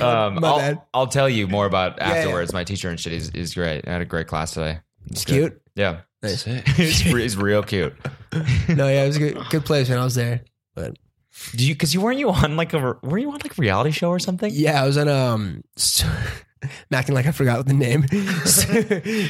S1: um,
S2: My
S1: I'll,
S2: bad.
S1: I'll tell you more about
S2: yeah.
S1: afterwards. My teacher and shit is, is great. I had a great class today.
S2: It's
S1: good.
S2: cute.
S1: Yeah,
S2: Nice.
S1: it's, re- it's real cute.
S2: No, yeah, it was a good, good place when I was there.
S1: Do you? Because you weren't you on like a re- were you on like a reality show or something?
S2: Yeah, I was on um, s- I'm acting like I forgot the name.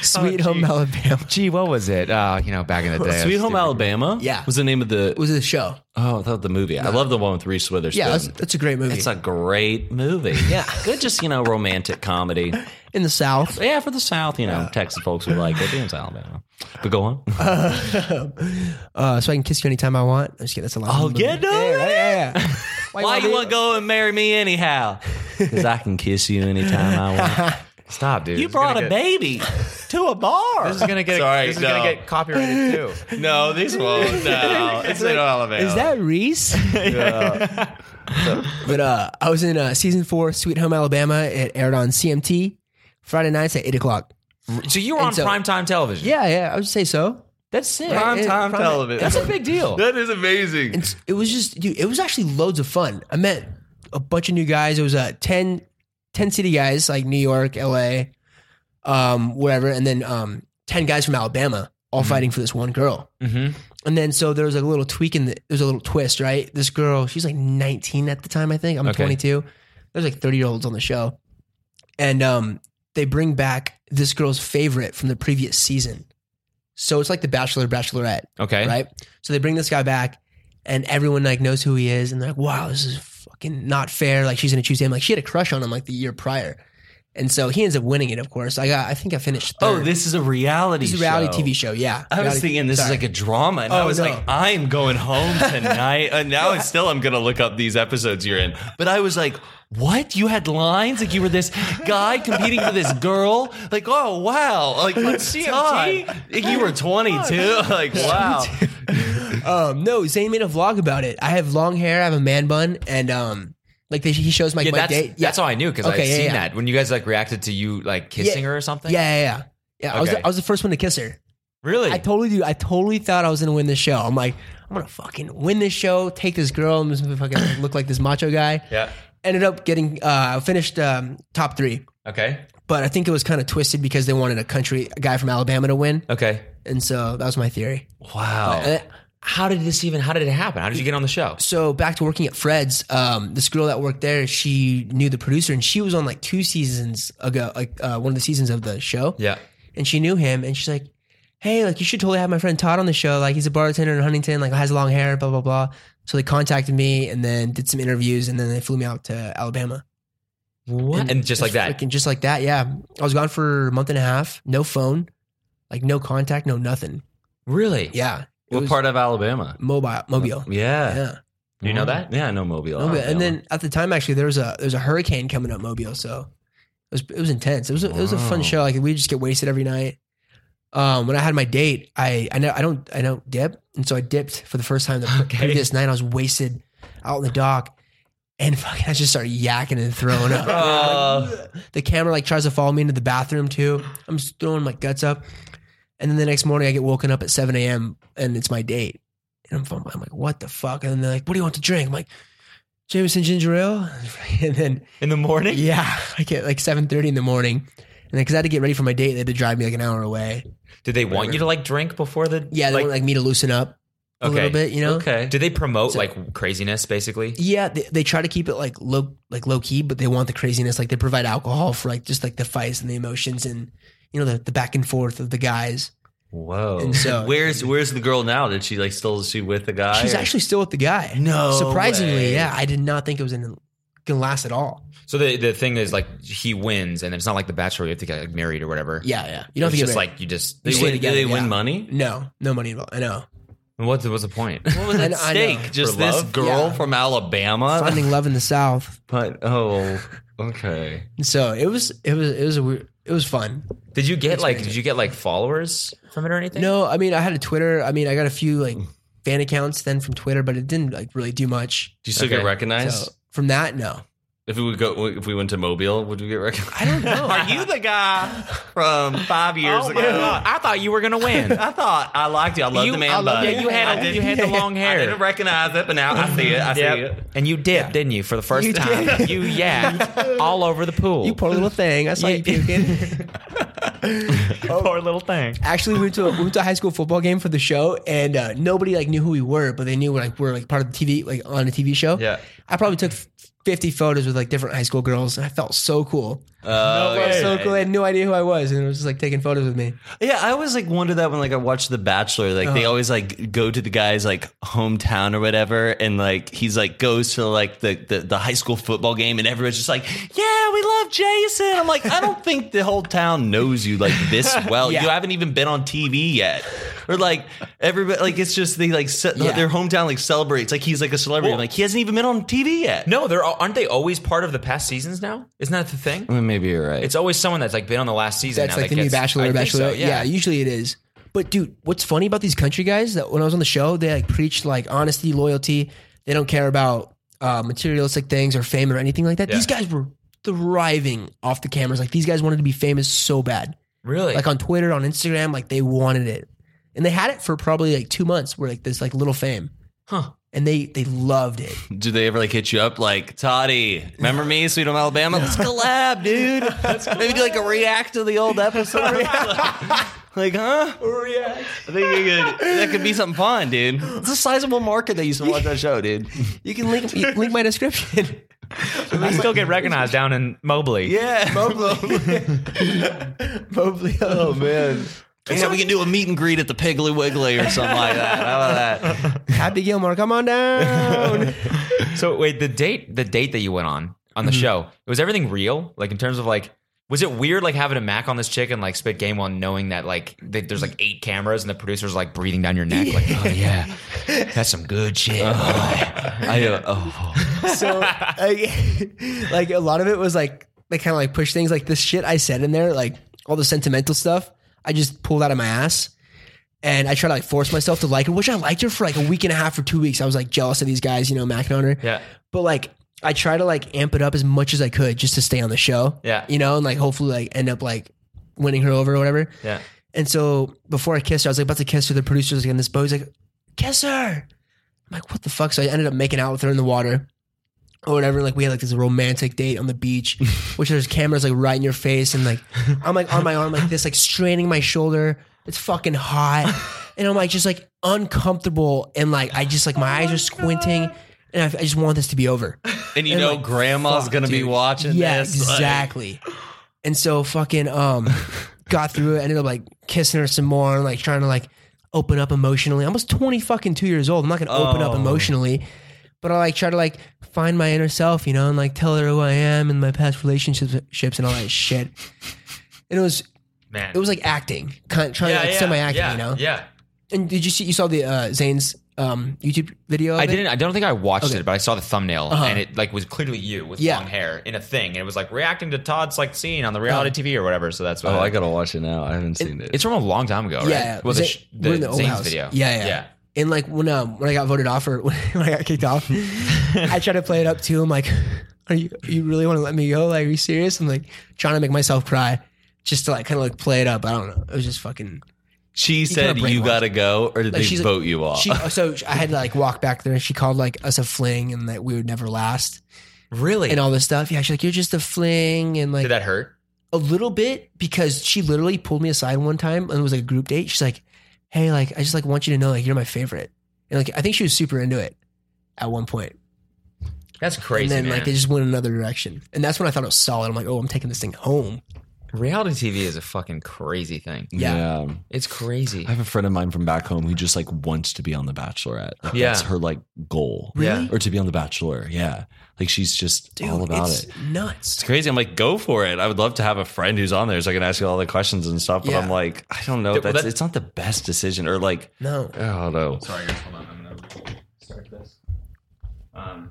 S2: Sweet Home
S1: Oh, gee.
S2: Alabama
S1: Gee, what was it? Uh, you know, back in the day.
S3: Sweet Home
S1: Stupid.
S3: Alabama.
S2: Yeah.
S3: was the name of the.
S2: was a show.
S3: Oh, I thought the movie. I love the one with Reese Witherspoon.
S2: Yeah, that's, that's a great movie.
S3: It's a great movie.
S2: Yeah.
S3: Good, just, you know, romantic comedy.
S2: in the South.
S3: Yeah, for the South, you know, Texas folks would like it. It's Alabama. But go on.
S2: Uh, so I can kiss you anytime I want. I'm just kidding. That's a lot.
S3: Oh, yeah, no,
S2: yeah, right, yeah, yeah.
S3: Why you want to go and marry me anyhow? Because I can kiss you anytime I want.
S1: Stop, dude.
S3: You brought a
S1: baby.
S3: baby to a bar.
S1: This is gonna get.
S3: Sorry,
S1: this is
S3: no.
S1: gonna get copyrighted too.
S3: No, these won't. No, it's in Alabama.
S2: Is that Reese? but uh, I was in uh, season four, Sweet Home Alabama. It aired on CMT Friday nights at eight o'clock.
S1: So you were on
S2: And so-
S1: primetime television.
S2: Yeah, yeah, I would say so.
S1: that's sick.
S2: Prime
S1: It-
S2: time
S1: prime-
S3: television.
S1: That's a big deal.
S3: That is amazing.
S2: And s- it was just, dude, it was actually loads of fun. I met a bunch of new guys. It was uh, 10, 10 city guys, like New York, LA, um, wherever. And then um, 10 guys from Alabama, all fighting for this one girl.
S1: mm-hmm.
S2: And then so there was like a little tweak in the, there was a little twist, right? This girl, she's like 19 at the time, I think. I'm
S1: Okay.
S2: 22. There's like 30 year olds on the show. And um, they bring back this girl's favorite from the previous season. So it's like the Bachelor, Bachelorette
S1: Okay.
S2: right? So they bring this guy back, and everyone like knows who he is, and they're like, "Wow, this is fucking not fair." Like she's gonna choose him. Like she had a crush on him like the year prior, and so he ends up winning it. Of course, I got. I think I finished.
S3: oh,
S2: third.
S3: this is a reality
S2: This is a reality TV show. Yeah,
S3: I was
S2: Reality-
S3: thinking this
S2: sorry.
S3: is like a drama, and I
S2: Oh,
S3: was
S2: no.
S3: like, I'm going home tonight. and now it's still, I'm going to look up these episodes you're in. But I was like, what? You had lines? Like, you were this guy competing for this girl? Like, oh, wow. Like, CMT? Like, you were 22. Like, wow.
S2: Um, no, Zayn made a vlog about it. I have long hair. I have a man bun, and um, like they, he shows my,
S1: Yeah,
S2: my
S1: that's
S2: date. Yeah.
S1: that's all I knew because
S2: Okay,
S1: I've
S2: yeah,
S1: seen
S2: yeah.
S1: that when you guys like reacted to you like kissing
S2: Yeah.
S1: her or something.
S2: Yeah, yeah, yeah. Yeah, I was
S1: Okay.
S2: I was the first one to kiss her.
S1: really.
S2: I totally do. I totally thought I was gonna win this show. I'm like, I'm gonna fucking win this show. Take this girl. I'm just gonna fucking look like this macho guy.
S1: yeah.
S2: ended up getting uh finished um top three
S1: Okay.
S2: but i think it was kind of twisted because they wanted a country a guy from alabama to win
S1: Okay.
S2: and so that was my theory
S1: Oh.
S3: Wow.
S2: Uh,
S1: How did this even? How did it happen? How did you get on the show?
S2: so back to working at fred's um this girl that worked there she knew the producer and she was on like two seasons ago like uh, one of the seasons of the show
S1: Yeah.
S2: and she knew him and she's like hey like you should totally have my friend todd on the show like he's a bartender in huntington like has long hair blah blah blah so they contacted me and then did some interviews and then they flew me out to alabama
S1: What? And, just like that.
S2: freaking- just like that. Yeah, I was gone for a month and a half. No phone, like no contact, no nothing.
S1: really?
S2: Yeah. It
S3: What
S2: was
S3: part of Alabama?
S2: Mobile, mobile.
S3: Yeah.
S2: Yeah.
S1: You know that?
S3: Yeah, I know Mobile. Oh,
S2: Mobile.
S3: Alabama.
S2: And then at the time, actually, there was a there was a hurricane coming up Mobile, so it was it was intense. It was a, it was a
S3: Wow.
S2: fun show. Like we just get wasted every night. Um, when I had my date, I I know I don't I don't dip, and so I dipped for the first time. The
S1: Okay.
S2: previous night, I was wasted out in the dock, and fucking I just started yakking and throwing up.
S3: Oh.
S2: the camera like tries to follow me into the bathroom too. I'm just throwing my guts up, and then the next morning I get woken up at 7 a.m. and it's my date, and I'm, fumb- I'm like, what the fuck? And they're like, what do you want to drink? I'm like, Jameson ginger ale, and then
S1: In the morning?
S2: yeah, I get like 7:30 in the morning, and because I had to get ready for my date, they had to drive me like an hour away.
S1: Did they want you to like drink before the
S2: Yeah, they
S1: like,
S2: wanted like me to loosen up a
S1: Okay.
S2: little bit, you know.
S3: okay.
S1: Did they promote
S2: So-
S1: like craziness basically?
S2: Yeah, they, they try to keep it like low, like low key, but they want the craziness. Like they provide alcohol for like just like the fights and the emotions and you know the, the back and forth of the guys.
S3: Whoa.
S1: Oh.
S2: And so-
S3: where's where's the girl now? Did she like still is she with the guy?
S2: She's
S3: or-
S2: actually still with the guy.
S3: No
S2: surprisingly,
S3: way.
S2: yeah, I did not think it was in, gonna last at all.
S1: So the the thing is like he wins and it's not like the bachelor you have to get like married or whatever.
S2: Yeah, yeah. You
S1: it's
S2: don't have to get
S1: just
S2: married.
S1: like you just
S3: They
S2: You stay
S3: win,
S2: together,
S3: did they
S2: yeah.
S3: win money?
S2: no, no money involved. I know
S1: What's what's the point?
S3: What was at
S2: I- I know.
S3: stake? Just
S1: For
S3: this
S1: love?
S3: girl
S2: Yeah.
S3: from Alabama?
S2: finding love in the south.
S3: But oh, okay.
S2: So it was, it was, it was a weird, it was fun.
S1: Did you get
S2: It's
S1: like
S2: crazy.
S1: did you get like followers from it or anything?
S2: No, I mean I had a Twitter. I mean I got a few like fan accounts then from Twitter, but it didn't like really do much.
S3: Do you still
S1: Okay.
S3: get recognized?
S2: So from that, no.
S3: If we would go, if we went to Mobile, would we get recognized?
S2: I don't know.
S3: Are you the guy from five years
S1: Oh my
S3: ago?
S1: God, I thought you were gonna win.
S3: I thought I liked you. I loved
S1: You-
S3: the
S1: I love-
S3: man bun.
S1: yeah, you had-
S3: I didn't-
S1: you had the long hair.
S3: I didn't recognize it, but now I see it. I see
S1: Yep.
S3: it.
S1: And you dipped, didn't you, for the first time? You yacked all over the pool.
S2: You poor little thing. I saw
S1: Yeah.
S2: you puking.
S1: poor little thing.
S2: Actually, we went to a, we went to a high school football game for the show, and uh, nobody like knew who we were, but they knew we're like we're like part of the TV, like on a TV show.
S3: Yeah.
S2: I probably took fifty photos with like different high school girls, and I felt so cool. I
S3: Uh,
S2: felt so cool. I had no idea who I was, and it was just like taking photos with me.
S3: Yeah, I always like wonder that when like I watch The Bachelor, like
S2: Uh-huh.
S3: they always like go to the guy's like hometown or whatever, and like he's like goes to like the, the the high school football game, and everyone's just like, "Yeah, we love Jason." I'm like, I don't think the whole town knows you like this well.
S2: Yeah.
S3: You haven't even been on TV yet, or like everybody like it's just they like ce-
S2: Yeah.
S3: their hometown like celebrates like he's like a celebrity. I'm like he hasn't even been on TV yet.
S1: No, they're all, aren't they always part of the past seasons now? Isn't that the thing?
S3: Well, maybe you're right.
S1: It's always someone that's like been on the last season.
S2: That's
S1: now
S2: like
S1: that
S2: the new
S1: gets-
S2: Bachelor,
S1: I
S2: or
S1: think so,
S2: Bachelorette. yeah. usually it is. But dude, what's funny about these country guys that when I was on the show, they like preached like honesty, loyalty. They don't care about uh, materialistic things or fame or anything like that.
S1: Yeah.
S2: These guys were thriving off the cameras. Like these guys wanted to be famous so bad.
S1: really.
S2: Like on Twitter, on Instagram, like they wanted it, and they had it for probably like two months. Where like this like little fame,
S1: Huh.
S2: And they they loved it.
S3: Do they ever like hit you up like Toddy? Remember me, Sweet Home Alabama? Let's collab, dude. Maybe do like a react to the old episode. like, huh? I think you could, that could be something fun, dude. It's a sizable market that used to watch that show, dude.
S2: You can link you- link my description.
S1: I still get recognized down in Mobley.
S3: Yeah.
S2: Mobley,
S3: Oh man. Yeah, we can do a meet and greet at the Piggly Wiggly or something like that. How about that?
S2: Happy Gilmore, come on down.
S1: So wait, the date the date that you went on on
S2: Mm-hmm.
S1: the show, was everything real? Like in terms of like was it weird like having a mac on this chick and like spit game while knowing that like that there's like eight cameras and the producer's like breathing down your neck like oh yeah that's some good shit
S3: I, uh, oh.
S2: so like, like a lot of it was like they kind of like push things like this shit I said in there like all the sentimental stuff I just pulled out of my ass and I tried to like force myself to like her which I liked her for like a week and a half or two weeks I was like jealous of these guys you know macking on her
S1: yeah
S2: but like I try to like amp it up as much as I could just to stay on the show
S1: Yeah.
S2: you know and like hopefully like end up like winning her over or whatever
S1: yeah
S2: and so before I kissed her, I was like about to kiss her. The producer was like in this boat. He's like, kiss her. I'm like, what the fuck? So I ended up making out with her in the water or whatever. Like we had like this romantic date on the beach, which there's cameras like right in your face. And like, I'm like on my arm like this, like straining my shoulder. It's fucking hot. And I'm like, just like uncomfortable. And like, I just like, my eyes are squinting. And I, I just want this to be over.
S3: And you
S2: And,
S3: know
S2: like,
S3: grandma's
S2: fuck,
S3: gonna be
S2: dude.
S3: watching
S2: Yeah,
S3: this. like-
S2: exactly. and so fucking um got through it, ended up like kissing her some more and like trying to like open up emotionally. I was 20 fucking two years old. I'm not gonna open up
S3: Oh.
S2: emotionally. but I like try to like find my inner self, you know, and like tell her who I am and my past relationships ships and all that shit. And it was
S1: man.
S2: it was like acting, kind of trying to like semi acting,
S1: yeah,
S2: you know.
S1: Yeah.
S2: And did you see you saw the uh, Zane's um, YouTube video? Of
S1: I
S2: it?
S1: didn't. I don't think I watched
S2: Okay.
S1: it, but I saw the thumbnail,
S2: Uh-huh.
S1: and it like was clearly you with
S2: Yeah.
S1: long hair in a thing, and it was like reacting to Todd's like scene on the
S2: Uh-huh.
S1: reality TV or whatever. So that's what.
S3: Oh, I gotta watch it now. I haven't seen it.
S1: It's from a long time ago, right?
S2: Yeah,
S1: Oh, Well, the,
S2: Zane-
S1: sh-
S2: we're
S1: the,
S2: in the old
S1: Zane's
S2: house.
S1: video.
S2: Yeah, yeah.
S1: yeah.
S2: And like when um when I got voted off or when I got kicked off, I tried to play it up too. I'm like, are you you really want to let me go? Like, are you serious? I'm like trying to make myself cry, just to like kind of like play it up. I don't know. It was just fucking.
S3: she said
S2: kinda
S3: you
S2: brainwashed
S3: gotta go, or did
S2: Like,
S3: they
S2: she's-
S3: vote you off?
S2: She uh, so I had to like walk back there. and She called like us a fling and that we would never last
S1: Really?
S2: and all this stuff. Yeah, she's like, you're just a fling and like
S1: Did that hurt?
S2: a little bit because she literally pulled me aside one time and it was like a group date. She's like, "Hey, like I just like want you to know like you're my favorite." And like I think she was super into it at one point.
S1: That's crazy,
S2: and then
S1: man.
S2: like it just went another direction. And that's when I thought it was solid. I'm like, "Oh, I'm taking this thing home."
S1: Reality TV is a fucking crazy thing.
S2: Yeah.
S1: It's crazy.
S3: I have a friend of mine from back home who just like wants to be on The Bachelorette. Like,
S1: Yeah.
S3: That's her like goal.
S1: Really?
S3: Or to be on The Bachelor. Yeah. Like she's just
S2: Dude,
S3: all about
S2: it's
S3: it.
S2: nuts.
S3: It's crazy. I'm like, go for it. I would love to have a friend who's on there so I can ask you all the questions and stuff. But
S2: Yeah.
S3: I'm like, I don't know.
S1: Dude,
S3: That's,
S1: well, that-
S3: it's not the best decision. Or like,
S2: No.
S3: I don't know.
S1: Sorry, guys. Hold on. I'm gonna start this. Um,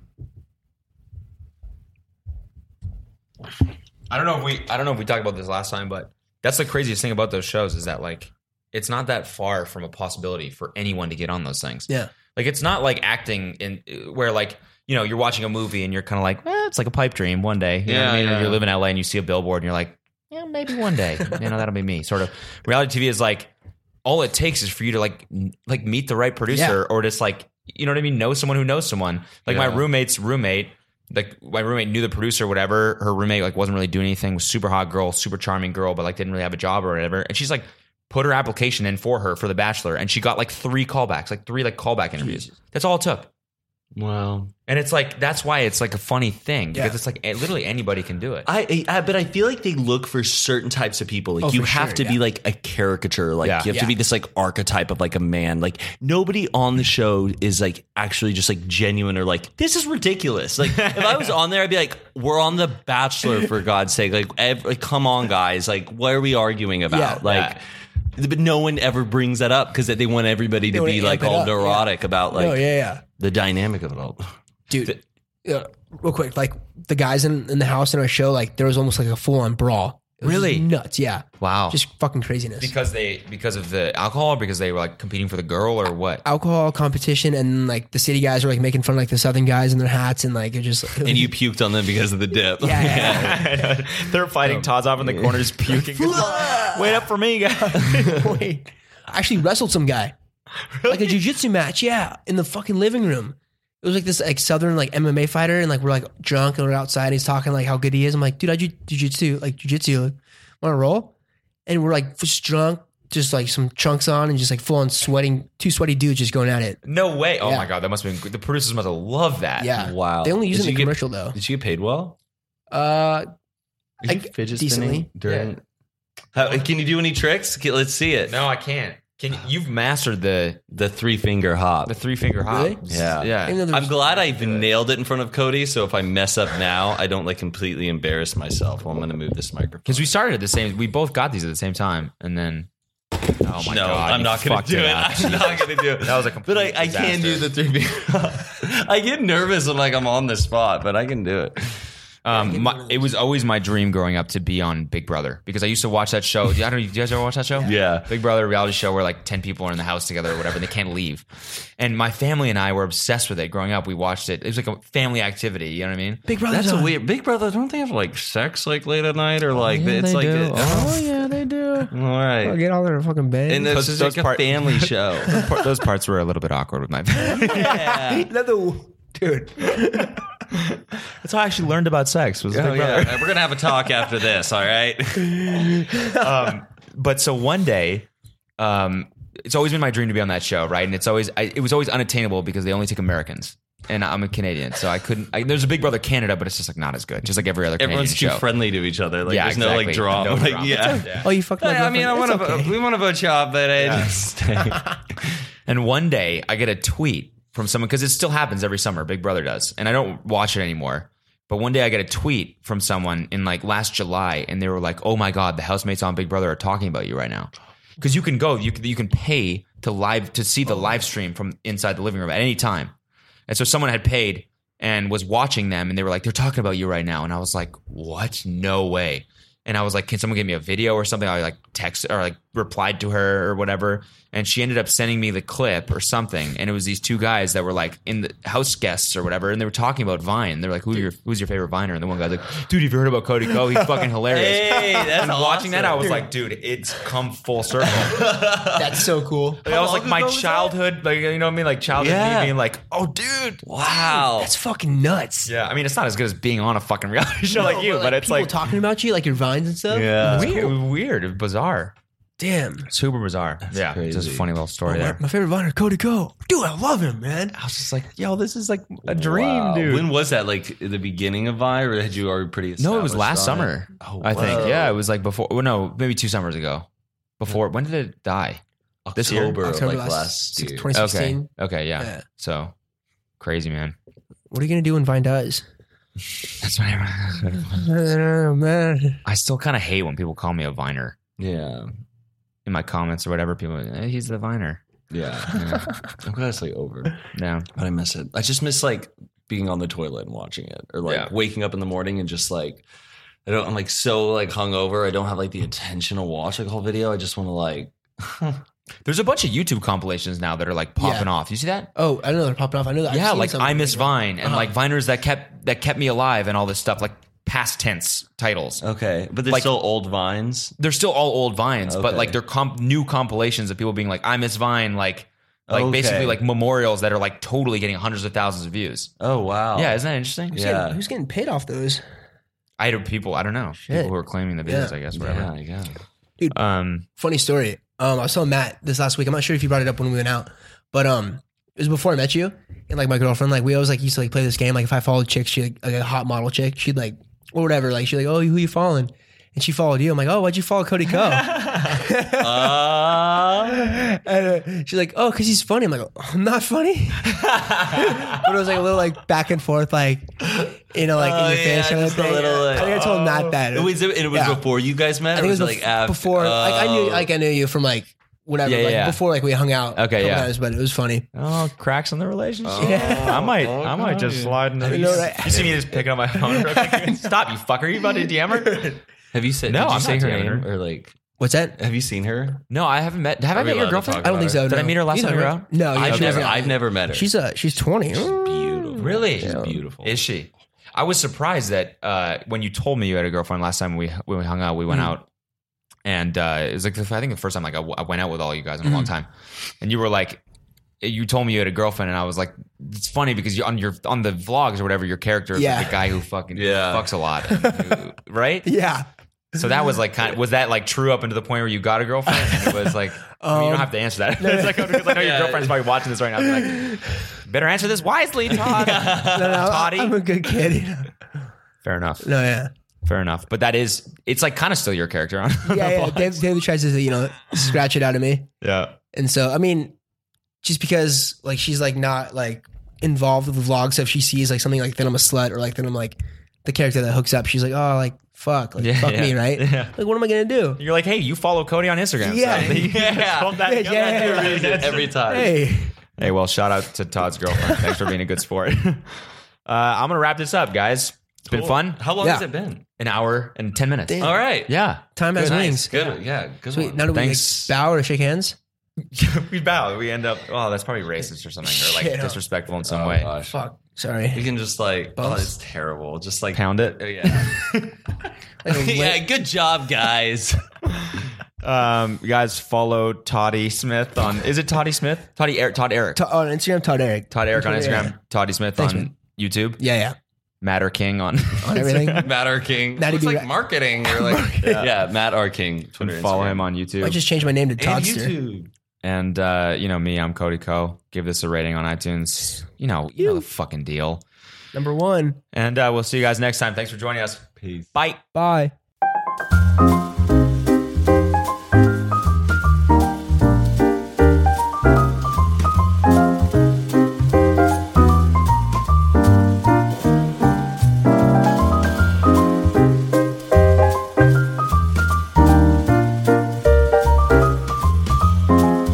S1: I don't know if we I don't know if we talked about this last time, but that's the craziest thing about those shows is that like it's not that far from a possibility for anyone to get on those things.
S2: Yeah.
S1: Like it's not like acting in where like you know you're watching a movie and you're kind of like eh, it's like a pipe dream one day. You know what I
S3: Yeah,
S1: mean? Or
S3: yeah.
S1: you live in LA and you see a billboard and you're like yeah maybe one day you know that'll be me. Sort of reality TV is like all it takes is for you to like n- like meet the right producer or just like you know what I mean know someone who knows someone. Like my
S3: Yeah.
S1: roommate's roommate like my roommate knew the producer, whatever. Her roommate like wasn't really doing anything. Was super hot girl, super charming girl, but like didn't really have a job or whatever. And she's like put her application in for her for The Bachelor, and she got like three callbacks, like three like callback interviews. That's all it took.
S3: Well,
S1: And it's like that's why it's like a funny thing because
S2: Yeah.
S1: it's like eh, literally anybody can do it.
S3: I, I, but I feel like they look for certain types of people. Like
S2: Oh,
S3: you
S2: for
S3: have
S2: sure,
S3: to be
S2: yeah.
S3: like a caricature. Like
S1: Yeah.
S3: you have to
S2: Yeah.
S3: be this like archetype of like a man. Like nobody on the show is like actually just like genuine or like this is ridiculous. Like if I was on there, I'd be like, we're on The Bachelor for God's sake. Like, ev- like come on, guys. Like what are we arguing about?
S2: Yeah.
S3: like. But no one ever brings that up because they want everybody to
S2: wanna
S3: be
S2: amp
S3: like
S2: it
S3: all
S2: up, yeah.
S3: neurotic about like
S2: no, Oh, yeah, yeah.
S3: the dynamic of it all.
S2: Dude. uh, real quick, like the guys in, in the house in our show, like there was almost like a full on brawl. It was
S1: Really?
S2: nuts, yeah.
S1: wow,
S2: Just fucking craziness.
S1: because they because of the alcohol, or because they were like competing for the girl or what?
S2: alcohol competition and like the city guys were like making fun of like the southern guys in their hats and like it just
S3: And you puked on them because of the dip. Um,
S2: yeah, yeah, yeah.
S1: They're fighting. Todd's off in the corner, just puking. Wait up for me, guys.
S2: Wait. I actually wrestled some guy. Like a jujitsu match, yeah, in the fucking living room. It was like this like southern like MMA fighter, and like we're like drunk and we're outside. And he's talking like how good he is. I'm like, dude, I do jujitsu, like jujitsu. Want to roll? And we're like just drunk, just like some chunks on, and just like full on sweating, two sweaty dudes just going at it.
S1: No way. Oh
S2: Yeah.
S1: my god, that must have been the producers must have loved that.
S2: Yeah,
S3: Wow.
S2: they only use it
S3: Did
S2: in the
S3: you get-
S2: commercial though.
S3: Did you get paid well?
S2: Uh,
S3: Are you
S2: I-
S3: fidget
S2: decently.
S3: spinning during? How- can you do any tricks? Can- let's see it.
S1: No, I can't. Can you, you've mastered the
S3: The three finger hop.
S1: the three finger hop?
S2: Really?
S3: Yeah.
S1: yeah.
S2: even though there
S3: I'm
S2: was-
S3: glad I even nailed it in front of Cody. So if I mess up now, I don't like completely embarrass myself. Well, I'm going to move this microphone.
S1: Because we started at the same. We both got these at the same time, and then. Oh my
S3: no,
S1: god!
S3: I'm
S1: you
S3: not going
S1: fucked
S3: to do it.
S1: up.
S3: I'm not going to do it.
S1: That was a complete
S3: But I, I
S1: disaster.
S3: can do the three finger hop. I get nervous when like I'm on the spot, but I can do it.
S1: Um, my, it was always my dream growing up to be on Big Brother because I used to watch that show. I don't. know, Do you guys ever watch that show?
S3: Yeah.
S1: Big Brother reality show where like 10 people are in the house together or whatever and they can't leave. And my family and I were obsessed with it growing up. We watched it. It was like a family activity, you know what I mean?
S2: Big Brother's
S3: That's a
S2: on.
S3: weird Big Brother. Don't they have like sex like late at night or like it's like
S1: Oh,
S2: yeah, they do.
S3: all right.
S2: I'll get all their fucking bed.
S3: And this is
S1: those
S3: like a
S1: part-
S3: family show.
S1: Par- Those parts were a little bit awkward with my family.
S3: yeah.
S2: Another dude.
S1: That's how I actually learned about sex was
S3: Oh, yeah. We're gonna have a talk after this, all right?
S1: um, but so one day, um, it's always been my dream to be on that show, right? And it's always I, it was always unattainable because they only took Americans, and I'm a Canadian, so I couldn't. I, there's a Big Brother Canada, but it's just like not as good, just like every other Canadian
S3: Everyone's too
S1: show.
S3: friendly to each other. Like
S1: Yeah,
S3: there's no
S1: exactly.
S3: like drama.
S1: No
S3: like,
S1: drama.
S3: Yeah.
S2: Oh, you fucked my
S3: I mean, I want
S2: girlfriend.
S3: to.
S2: It's okay.
S3: We want to vote you up, but I just-
S1: And one day, I get a tweet from someone because it still happens every summer. Big Brother does, and I don't watch it anymore. But one day I got a tweet from someone in like last July, and they were like, "Oh my god, the housemates on Big Brother are talking about you right now." Because you can go, you can, you can pay to live to see the live stream from inside the living room at any time. And so someone had paid and was watching them, and they were like, "They're talking about you right now," and I was like, "What? No way." And I was like, "Can someone give me a video or something?" I like text or like replied to her or whatever, and she ended up sending me the clip or something. And it was these two guys that were like in the house guests or whatever, and they were talking about Vine. They're like, "Who's your who's your favorite Viner?" And the one guy's like, "Dude, have you heard about Cody Ko? He's fucking hilarious."
S4: Hey, that's
S1: and watching that, I was
S4: awesome.
S1: like, "Dude, it's come full circle."
S2: That's so cool.
S1: that was
S4: long
S1: like my
S4: ago was that?
S1: childhood, like you know what I mean, like childhood
S4: Yeah.
S1: me being like, "Oh, dude,
S4: wow.
S2: That's fucking nuts.
S1: Yeah, I mean, it's not as good as being on a fucking reality show like you, but, it's
S2: people
S1: like
S2: talking about you, like your vines and stuff.
S1: yeah, weird, weird, bizarre,
S2: Damn.
S1: super bizarre. yeah, it's just a funny little story
S2: My,
S1: there.
S2: my favorite viner, Cody Go. Dude, I love him, man.
S1: I was just like, yo, this is like a dream,
S3: Wow.
S1: dude.
S3: When was that? Like the beginning of Vi, or had you already pretty?
S1: no, it was
S3: established
S1: last
S3: on
S1: summer,
S3: it? Oh,
S1: I think.
S3: whoa.
S1: Yeah, it was like before. Well, no, maybe two summers ago. Before when did it die? This year?
S3: October,
S2: October
S3: like
S2: last-
S3: last
S2: six-
S3: year.
S2: 2016.
S1: Okay, okay, yeah.
S2: Yeah.
S1: So crazy, man.
S2: What are you gonna do when Vine dies? Oh,
S1: That's what I.
S2: man.
S1: I still kind of hate when people call me a viner
S3: Yeah,
S1: in my comments or whatever. People, eh, he's the viner.
S3: yeah.
S1: Yeah.
S3: I'm glad it's like over.
S1: yeah.
S3: But I miss it. I just miss like being on the toilet and watching it, or like
S1: Yeah.
S3: waking up in the morning and just like I don't. I'm like so like hungover. I don't have like the attention to watch like a whole video. I just want to like.
S1: There's a bunch of YouTube compilations now that are like popping
S2: Yeah.
S1: off. You see that?
S2: Oh, I know they're popping off. I know that. I've
S1: yeah,
S2: seen
S1: like
S2: something
S1: I miss
S2: that.
S1: Vine and
S2: Uh-huh.
S1: like Viners that kept that kept me alive and all this stuff like past tense titles.
S3: Okay, but there's
S1: Like-
S3: still old vines.
S1: They're still all old Vines, but
S3: Okay.
S1: like they're comp- new compilations of people being like I miss Vine like like
S3: Okay.
S1: basically like memorials that are like totally getting hundreds of thousands of views.
S3: Oh wow.
S1: Yeah, isn't that interesting?
S2: Who's,
S3: Yeah.
S2: Getting, who's getting paid off those?
S1: I had people, I don't know,
S2: Shit.
S1: people who are claiming the videos,
S2: Yeah.
S1: I guess,
S3: Yeah,
S1: whatever.
S3: I guess.
S1: Um
S2: Funny story. Um, I was telling Matt this last week. I'm not sure if you brought it up when we went out, but um, it was before I met you. And like my girlfriend, like we always like used to like play this game. Like if I followed chicks, she like, like a hot model chick, she'd like or whatever. Like she'd like, oh, who you following? And she followed you. I'm like, oh, why'd you follow Cody Co? and uh, she's like, oh, because he's funny. I'm like, oh, I'm not funny. but it was like a little like back and forth, like you know, like in your
S3: Oh, yeah,
S2: face kind of
S3: just a
S2: thing.
S3: little,
S2: I think I told Matt that.
S3: It was. It was
S2: Yeah.
S3: before you guys met.
S2: I
S3: or
S2: think it was,
S3: like
S2: bef-
S3: after?
S2: before. Like I knew,
S3: Oh.
S2: like I knew you from like whatever,
S1: Yeah, yeah,
S2: like
S1: yeah.
S2: before like we hung out. a
S1: Okay,
S2: couple
S1: yeah.
S2: times, but it was funny.
S1: Oh, cracks in the relationship.
S2: Yeah.
S1: I might, I might just slide into.
S2: I know, right?
S1: You see me just picking up my phone. Real quick? Stop, you fucker! You about to DM her?
S3: Have you said?
S1: No,
S3: did you
S1: I'm
S3: say
S1: not
S3: her
S1: DMing her.
S3: name or like?
S2: What's that?
S3: Have you seen her?
S1: No, I haven't met. Have I
S3: Are we
S1: met your
S3: allowed to
S1: girlfriend?
S3: talk
S2: I don't think so.
S1: Did I
S2: no.
S1: meet her last
S2: You
S1: time we
S2: know,
S1: were
S2: right?
S1: out?
S2: No,
S3: I've
S2: she
S3: never.
S2: wasn't.
S3: I've never met her.
S2: She's uh, she's twenty.
S3: beautiful.
S1: Mm. Really?
S3: She's beautiful.
S1: Is she? I was surprised that uh, when you told me you had a girlfriend last time we when we hung out, we went out, and uh, it was like the, I think the first time like I, w- I went out with all you guys in a long time, and you were like, you told me you had a girlfriend, and I was like, it's funny because you on your on the vlogs or whatever, your character is
S2: Yeah.
S1: like the guy who fucking
S3: Yeah.
S1: fucks a lot, and who- right?
S2: Yeah.
S1: So that was like kind of, was that like true up into the point where you got a girlfriend? And it was like I mean, you don't have to answer that. Um, it's like because I know your girlfriend's probably watching this right now. They're Like, Better answer this wisely, Todd.
S2: No, no, I-
S1: Toddy.
S2: I'm a good kid. you know.
S1: Fair enough.
S2: No, yeah.
S1: Fair enough. But that is it's like kind of still your character on.
S2: Yeah, yeah. David, David tries to, you know, scratch it out of me.
S1: yeah.
S2: And so, I mean, just because like she's like not like involved with the vlog stuff, she sees like something like then I'm a slut or like then I'm like the character that hooks up. She's like, oh, like fuck, like
S1: Yeah,
S2: fuck
S1: yeah.
S2: me, right?
S1: Yeah.
S2: Like, what am I gonna do?
S1: You're like, hey, you follow Cody on Instagram.
S2: Yeah.
S1: So- yeah.
S2: Yeah, yeah, yeah.
S3: every time.
S2: Hey,
S1: Hey, well, shout out to Todd's girlfriend. Thanks for being a good sport. uh, I'm gonna wrap this up, guys. It's been fun.
S3: How long
S2: Yeah.
S3: has it been?
S1: An hour and ten minutes.
S2: Damn.
S3: All right.
S1: Yeah.
S2: time has wings.
S3: Good. Yeah. Good
S2: Sweet.
S3: one.
S2: Now do we like,
S1: Thanks.
S2: bow or shake hands?
S1: we bow. We end up. Oh, that's probably racist or something, or like
S2: Shit, huh?
S1: disrespectful in some
S3: Oh,
S1: way.
S3: gosh.
S2: Fuck.
S3: You
S2: Sorry.
S3: can just like. Oh,
S2: Both.
S3: it's terrible. Just like.
S1: Pound it.
S3: Oh, yeah.
S2: Like a
S3: yeah.
S2: lit-
S3: Good job, guys.
S1: Um, you guys follow Toddy Smith on. Is it Toddy Smith? Toddy Eric. Todd Eric.
S2: To- oh, on Instagram, Todd Eric.
S1: Todd Eric on
S2: Todd
S1: Instagram.
S2: Eric.
S1: Toddy Smith
S2: Thanks,
S1: on
S2: man.
S1: YouTube.
S2: Yeah, yeah.
S1: Matter King on.
S2: On everything.
S3: Matt R. King.
S2: That'd
S3: It's
S2: be
S3: like
S2: right.
S3: marketing. You're like. yeah. Matt R. King. Twitter.
S1: follow
S3: Instagram.
S1: him on
S2: I
S1: YouTube.
S2: just changed my name to
S3: And
S2: Toddster.
S3: YouTube.
S1: And uh, you know me, I'm Cody Co. Give this a rating on iTunes. You know, you know the fucking deal.
S2: Number one.
S1: And uh, we'll see you guys next time. Thanks for joining us. Peace. Bye.
S2: Bye.